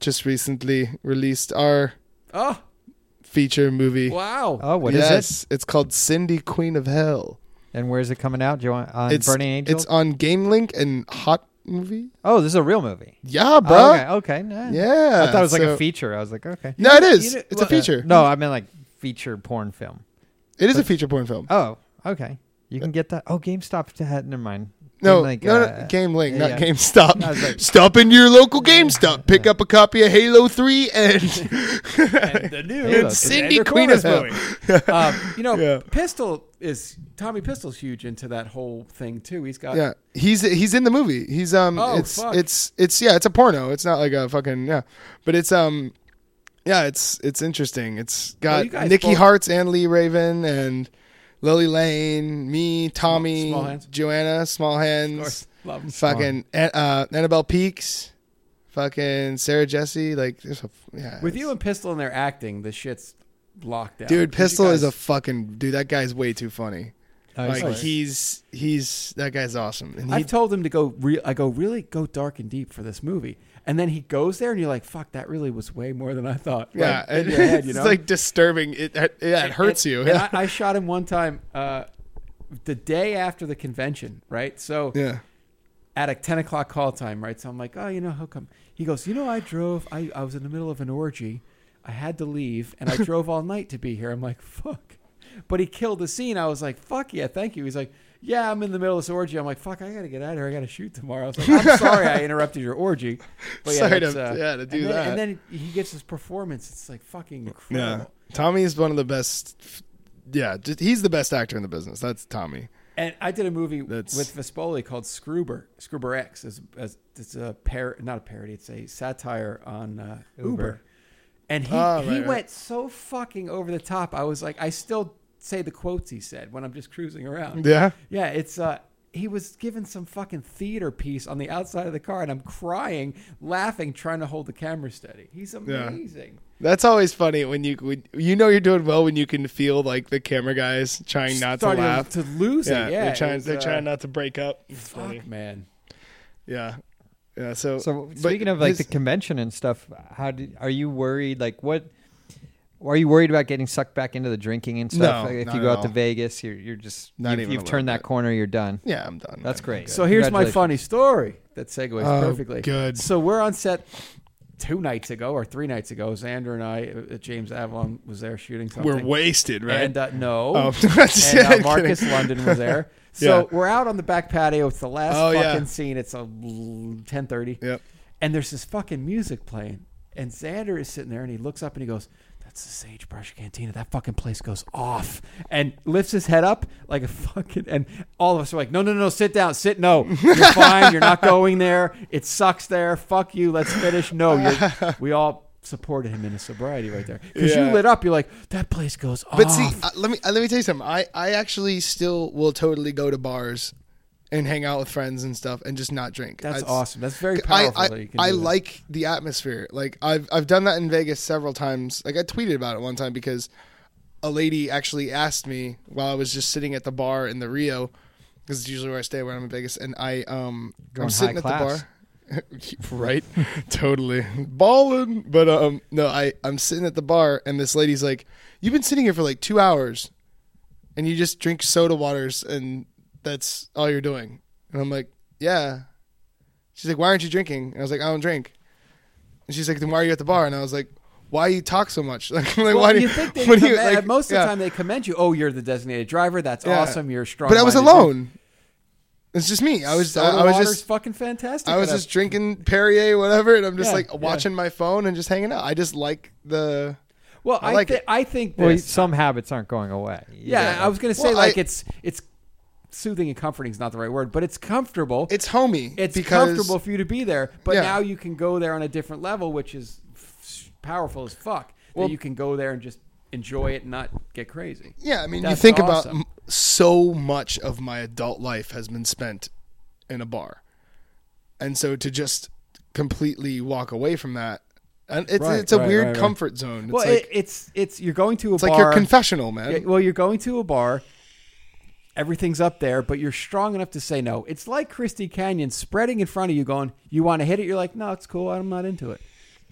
just recently released our
Oh
feature movie.
wow!
Oh, what is
yes, It's called Cindy Queen of Hell.
it? And where is it coming out? Do you want on
it's
Burning Angel?
It's on GameLink and Hot movie.
Oh, this is a real movie.
Yeah, bro.
Oh, okay, okay. nice.
Yeah.
I thought it was like
so-
a feature. I was like, okay.
No, it is. It's a feature.
No, I meant like feature porn film.
It is a feature porn film.
Oh, okay. You can get that. Oh, GameStop had. Never mind.
Uh, No,
Game Link,
no, no,
uh,
Game Link,
yeah.
not GameStop.
I was like-
Stop in your local GameStop. Pick up a copy of Halo 3 and, and
the
and Cindy Queen of Hell.
um, you know,
Yeah.
Pistol is Tommy Pistol's huge into that whole thing too. He's got
Yeah, he's he's in the movie. He's um,
Oh,
it's
fuck.
it's it's yeah, it's a porno. It's not like a fucking yeah, but it's um, yeah, it's it's interesting. It's
Well,
got
you guys
Nikki
both-
Hartz and Lee Raven and Lily Lane, me, Tommy,
Small Hands.
Joanna, Small Hands,
course. Love 'em.
fucking An- uh, Annabelle Peaks, fucking Sarah Jesse. Like there's a yeah,
with you and Pistol and their acting. The shit's locked out,
dude.
Did you
Pistol is a
guys-
fucking dude. That guy's way too funny.
Oh, he's
like
hilarious.
he's he's that guy's awesome. And he
I've told him to go. Re- I go really go dark and deep for this movie, and then he goes there, and you're like, "Fuck, that really was way more than I thought."
Yeah,
like, in
it-
your head, you
it's
know?
like disturbing. It it, yeah, it hurts
and,
you.
and I, I shot him one time uh, the day after the convention, right? So
Yeah.
at a ten o'clock call time, right? So I'm like, oh, you know, how come? He goes, you know, I drove. I, I was in the middle of an orgy. I had to leave, and I drove all night to be here. I'm like, fuck. But he killed the scene. I was like, fuck yeah, thank you. He's like, yeah, I'm in the middle of this orgy. I'm like, fuck, I gotta get out of here. I gotta shoot tomorrow. I was like, I'm sorry, I interrupted your orgy. But yeah,
Sorry
that's,
to-
uh,
yeah, to do
and then-
that.
And then he gets his performance. It's like fucking incredible.
yeah, Tommy is one of the best. Yeah, just, he's the best actor in the business. That's Tommy.
And I did a movie with Vespoli called Scroober. Scroober X is, is it's a par not a parody. It's a satire on uh, Uber.
Uber.
And he
Ah,
Oh,
he
right, right.
went so fucking over the top. I was like, I still say the quotes he said when I'm just cruising around.
Yeah?
yeah. It's uh, he was given some fucking theater piece on the outside of the car, and I'm crying, laughing, trying to hold the camera steady. He's
Yeah.
amazing.
That's always funny when you when, you know you're doing well when you can feel like the camera guys trying not
Starting
to laugh
to lose it. Yeah,
they're trying
it was,
they're
uh,
trying not to break up. It's
fuck,
funny.
man.
Yeah, yeah. So
So
but
speaking of like
his-
the convention and stuff, how did are you worried? Like what? Are you worried about getting sucked back into the drinking and stuff?
No,
Like, if
not
you
at
go out to
all.
Vegas, you're you're just
Not
you've,
even
you've
a
turned that corner. You're done.
Yeah, I'm done.
That's
man.
great.
So here's my
Congratulations.
funny story that segues
Oh,
perfectly.
good.
So we're on set two nights ago or three nights ago. Xander and I, uh, James Avalon was there shooting something.
We're wasted, right?
And uh, no,
Oh,
and, uh,
I'm
Marcus
kidding.
London was there. So
Yeah.
we're out on the back patio. It's the last
Oh, yeah.
fucking scene. It's a ten thirty.
Yep.
And there's this fucking music playing, and Xander is sitting there, and he looks up and he goes. That's the Sagebrush Cantina. That fucking place goes off and lifts his head up like a fucking. And all of us are like, no, no, no, sit down, sit. No, you're fine. You're not going there. It sucks there. Fuck you. Let's finish. No, you're, we all supported him in his sobriety right there because
Yeah.
you lit up. You're like, that place goes off.
But see, uh, let me uh, let me tell you something. I I actually still will totally go to bars and hang out with friends and stuff and just not drink.
That's awesome. That's very
I-
powerful
I,
that you can
I
do that.
like the atmosphere. Like I've I've done that in Vegas several times. Like I tweeted about it one time because a lady actually asked me while I was just sitting at the bar in the Rio because it's usually where I stay when I'm in Vegas and I um
Going
I'm sitting
high
at the
class.
bar right totally balling but um no i i'm sitting at the bar and this lady's like you've been sitting here for like two hours and you just drink soda waters and that's all you're doing and i'm like yeah she's like why aren't you drinking and i was like i don't drink and she's like then why are you at the bar and i was like why you talk so much like, like
Well,
why do
you think they
what do you-
commend-
like,
most of
yeah.
the time they commend you. Oh, you're the designated driver. That's
Yeah.
awesome. You're strong.
but i was alone it's just me i was
Soda
I, I was
water's
just
fucking fantastic.
I
for
was
that.
just drinking Perrier, whatever, and I'm just
Yeah,
like
yeah.
watching my phone and just hanging out. I just like the.
Well,
I
I,
like
thi-
it.
I think
Well,
this.
some habits aren't going away.
yeah, I was gonna say
Well,
like
I-
it's it's soothing and comforting is not the right word, but it's comfortable.
It's homey.
It's
because-
comfortable for you to be there, but
Yeah.
now you can go there on a different level, which is f- powerful as fuck.
Well-
that you can go there and just enjoy it and not get crazy.
Yeah, I mean, you
That's
think
awesome.
about m- so much of my adult life has been spent in a bar, and so to just completely walk away from that, and it's
Right,
it's a
right,
weird
right, right.
comfort zone. It's
well,
like
it, it's it's you're going to a
it's
bar.
like your confessional, man.
Yeah, well, you're going to a bar. Everything's up there, but you're strong enough to say no. It's like Christy Canyon spreading in front of you, going, "You want to hit it?" You're like, "No, it's cool. I'm not into it."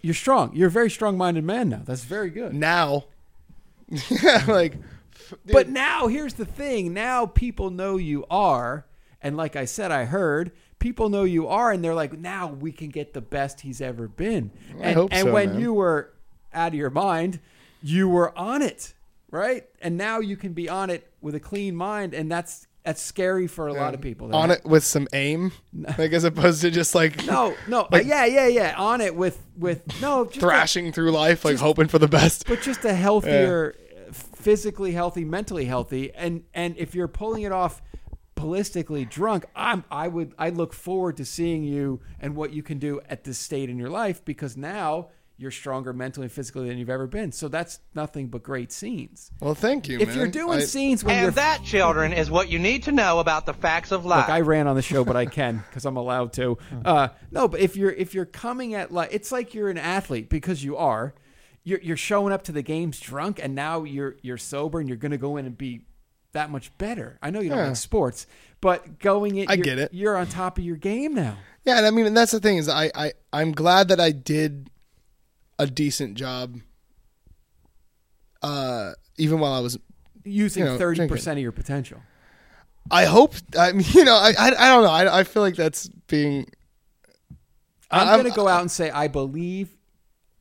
You're strong. You're a very strong-minded man now. That's very good.
now, yeah, like, f- dude,
But now here's the thing. Now people know you are, and like I said, I heard people know you are, and they're like, now we can get the best he's ever been.
I
and
hope
and
so,
when
man.
you were out of your mind, you were on it, right? And now you can be on it with a clean mind, and that's that's scary for a lot of people.
on it with some aim, like as opposed to just like
No, no,
like
yeah, yeah, yeah. On it with with no just a-
thrashing through life, like hoping for the best.
but just a healthier, physically healthy, mentally healthy, and and if you're pulling it off ballistically drunk, I'm I would I look forward to seeing you and what you can do at this state in your life because now you're stronger mentally and physically than you've ever been. So that's nothing but great scenes.
Well, thank you.
If you're doing scenes when
and
you're
that, children, is what you need to know about the facts of life.
Look,
Ah.
I ran on the show, but I can because I'm allowed to. Uh, no, but if you're if you're coming at like it's like you're an athlete because you are. You're, you're showing up to the games drunk, and now you're you're sober, and you're going to go in and be that much better. I know you don't
Yeah.
like sports, but going in,
I
you're-
get it.
You're on top of your game now.
Yeah, and I mean, and that's the thing is, I, I I'm glad that I did a decent job, uh, even while I was
Using
you know,
thirty
drinking.
percent of your potential.
I hope. I mean, you know, I I, I don't know. I, I feel like that's being. I-
I'm,
I'm-
going to go out and say I believe.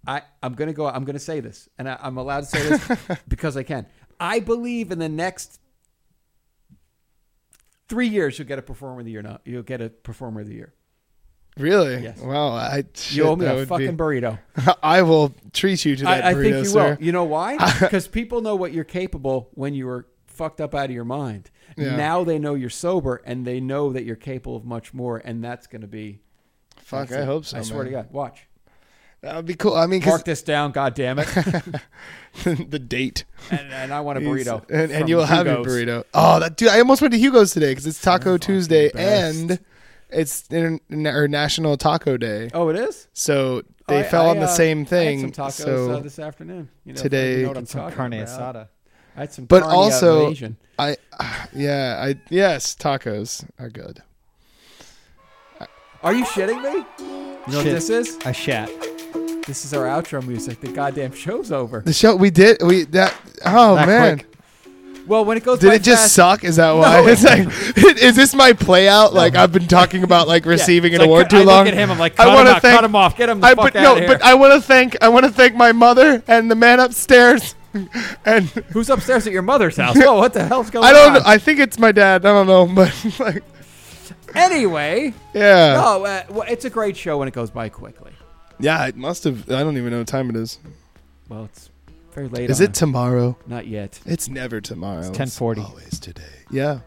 I I'm going to go. I'm going to say this, and I, I'm allowed to say this because I can. I believe in the next three years you'll get a performer of the year. Now you'll get a performer of the year.
Really?
Yes.
Wow. I shit,
owe me
that
a
would be-
fucking burrito.
I will treat you to that
I, I
burrito,
think you
sir.
will. You know why? Because people know what you're capable when you were fucked up out of your mind.
Yeah.
Now they know you're sober and they know that you're capable of much more, and that's going to be.
Fuck,
that's
I
it.
hope so,
I swear
man.
to God, watch.
That would be cool. I mean, 'cause-
mark this down. God damn it.
the date.
And, and I want a
He's-
burrito.
and, and
from
you'll have your
Hugo's.
burrito. Oh, that dude! I almost went to Hugo's today because it's Taco Tuesday and it's inter- or National Taco Day.
Oh, it is.
So they
I-
fell
I,
on the
uh,
same thing.
I had some tacos
so
uh, this afternoon. You know,
today,
you know what I'm talking about. I had some,
But
carne uh, out in
also,
Asian.
I yeah, I yes, tacos are good.
Are you shitting me? You know what
Shit.
this is?
I shat.
This is our outro music. The goddamn show's over.
The show we did we that oh
That
man.
quick. Well, when it goes,
Did
by
it just
fast-
suck? Is that
No,
why?
it-
it's like, is this my play out? Like I've been talking about like receiving
It's like,
an award
I
too
look
long.
at him, I'm like,
I
cut him
wanna
out, cut him off, get him the
I,
fuck
but no,
outta here.
but I want to thank I want to thank my mother and the man upstairs. And
who's upstairs at your mother's house? Oh, what the hell's going on?
I don't. know. I think it's my dad. I don't know, but like,
Anyway,
Yeah.
No, uh, well, it's a great show when it goes by quickly.
yeah, it must have. I don't even know what time it is.
Well, it's very late.
Is
on
it tomorrow?
Not yet.
It's never tomorrow. It's
10:40.
Always today. Yeah.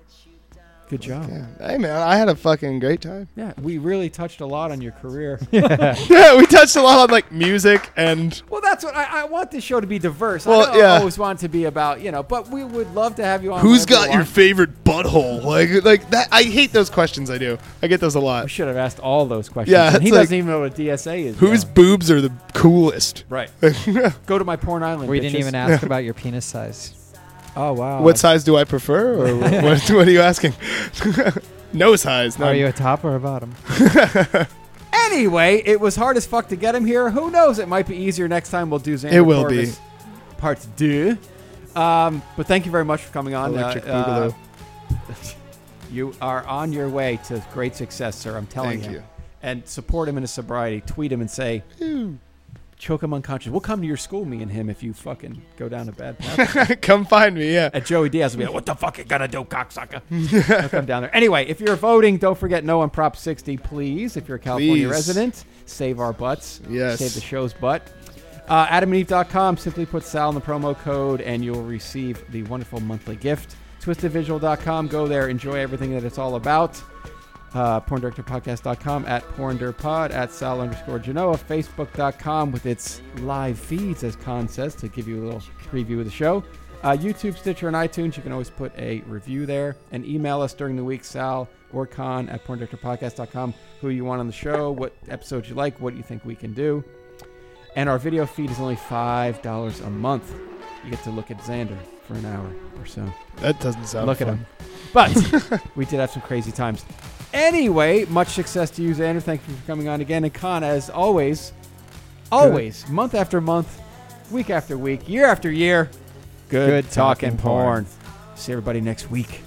Good job.
Hey man, I had a fucking great time.
Yeah, we really touched a lot on your career.
yeah, we touched a lot on like music and
Well, that's what I, I want this show to be diverse.
Well,
I don't
yeah.
always want it to be about you know, but we would love to have you on.
who's
whenever Oh, you
got your
want.
favorite butthole? Like like that. I hate those questions. I do. I get those a lot.
should have asked all those questions.
Yeah,
and
it's
he
like-
doesn't even know what a DSA is.
Whose boobs are the coolest?
Right. Go to my porn island.
We didn't
bitches.
even ask about your penis size.
Oh wow.
what size do I prefer? Or wh- what, what are you asking? no size. No.
Are you a top or a bottom?
Anyway, it was hard as fuck to get him here. Who knows? It might be easier next time. We'll do Xander
It will
Corvus part two. Um, but thank you very much for coming on.
Electric
uh, uh, you are on your way to great success, sir. I'm telling
Thank you.
And support him in his sobriety. Tweet him and say, choke him unconscious. We'll come to your school, me and him, if you fucking go down a bad path.
Come find me. Yeah.
At Joey Diaz will be like, what the fuck you gonna do, cocksucker? I'll come down there. Anyway, if you're voting, don't forget no on Prop 60, please. If you're a California
Please.
resident, save our butts.
Yes.
Save the show's butt. Uh, AdamandEve.com. Simply put Sal in the promo code, and you'll receive the wonderful monthly gift. TwistedVisual.com. Go there. Enjoy everything that it's all about. Uh, PornDirectorPodcast.com at PornDirPod at Sal underscore Genoa. Facebook.com with its live feeds, as Con says, to give you a little preview of the show. Uh, YouTube, Stitcher, and iTunes. You can always put a review there and email us during the week, Sal or Con at PornDirectorPodcast.com, who you want on the show, what episodes you like, what you think we can do. And our video feed is only $5 a month. You get to look at Xander for an hour or so.
That doesn't sound.
Look at
fun.
him. But we did have some crazy times. Anyway, much success to you, Xander. Thank you for coming on again. And Con, as always, always, month after month, week after week, year after year, good,
Good
talking,
talking
porn. See everybody next week.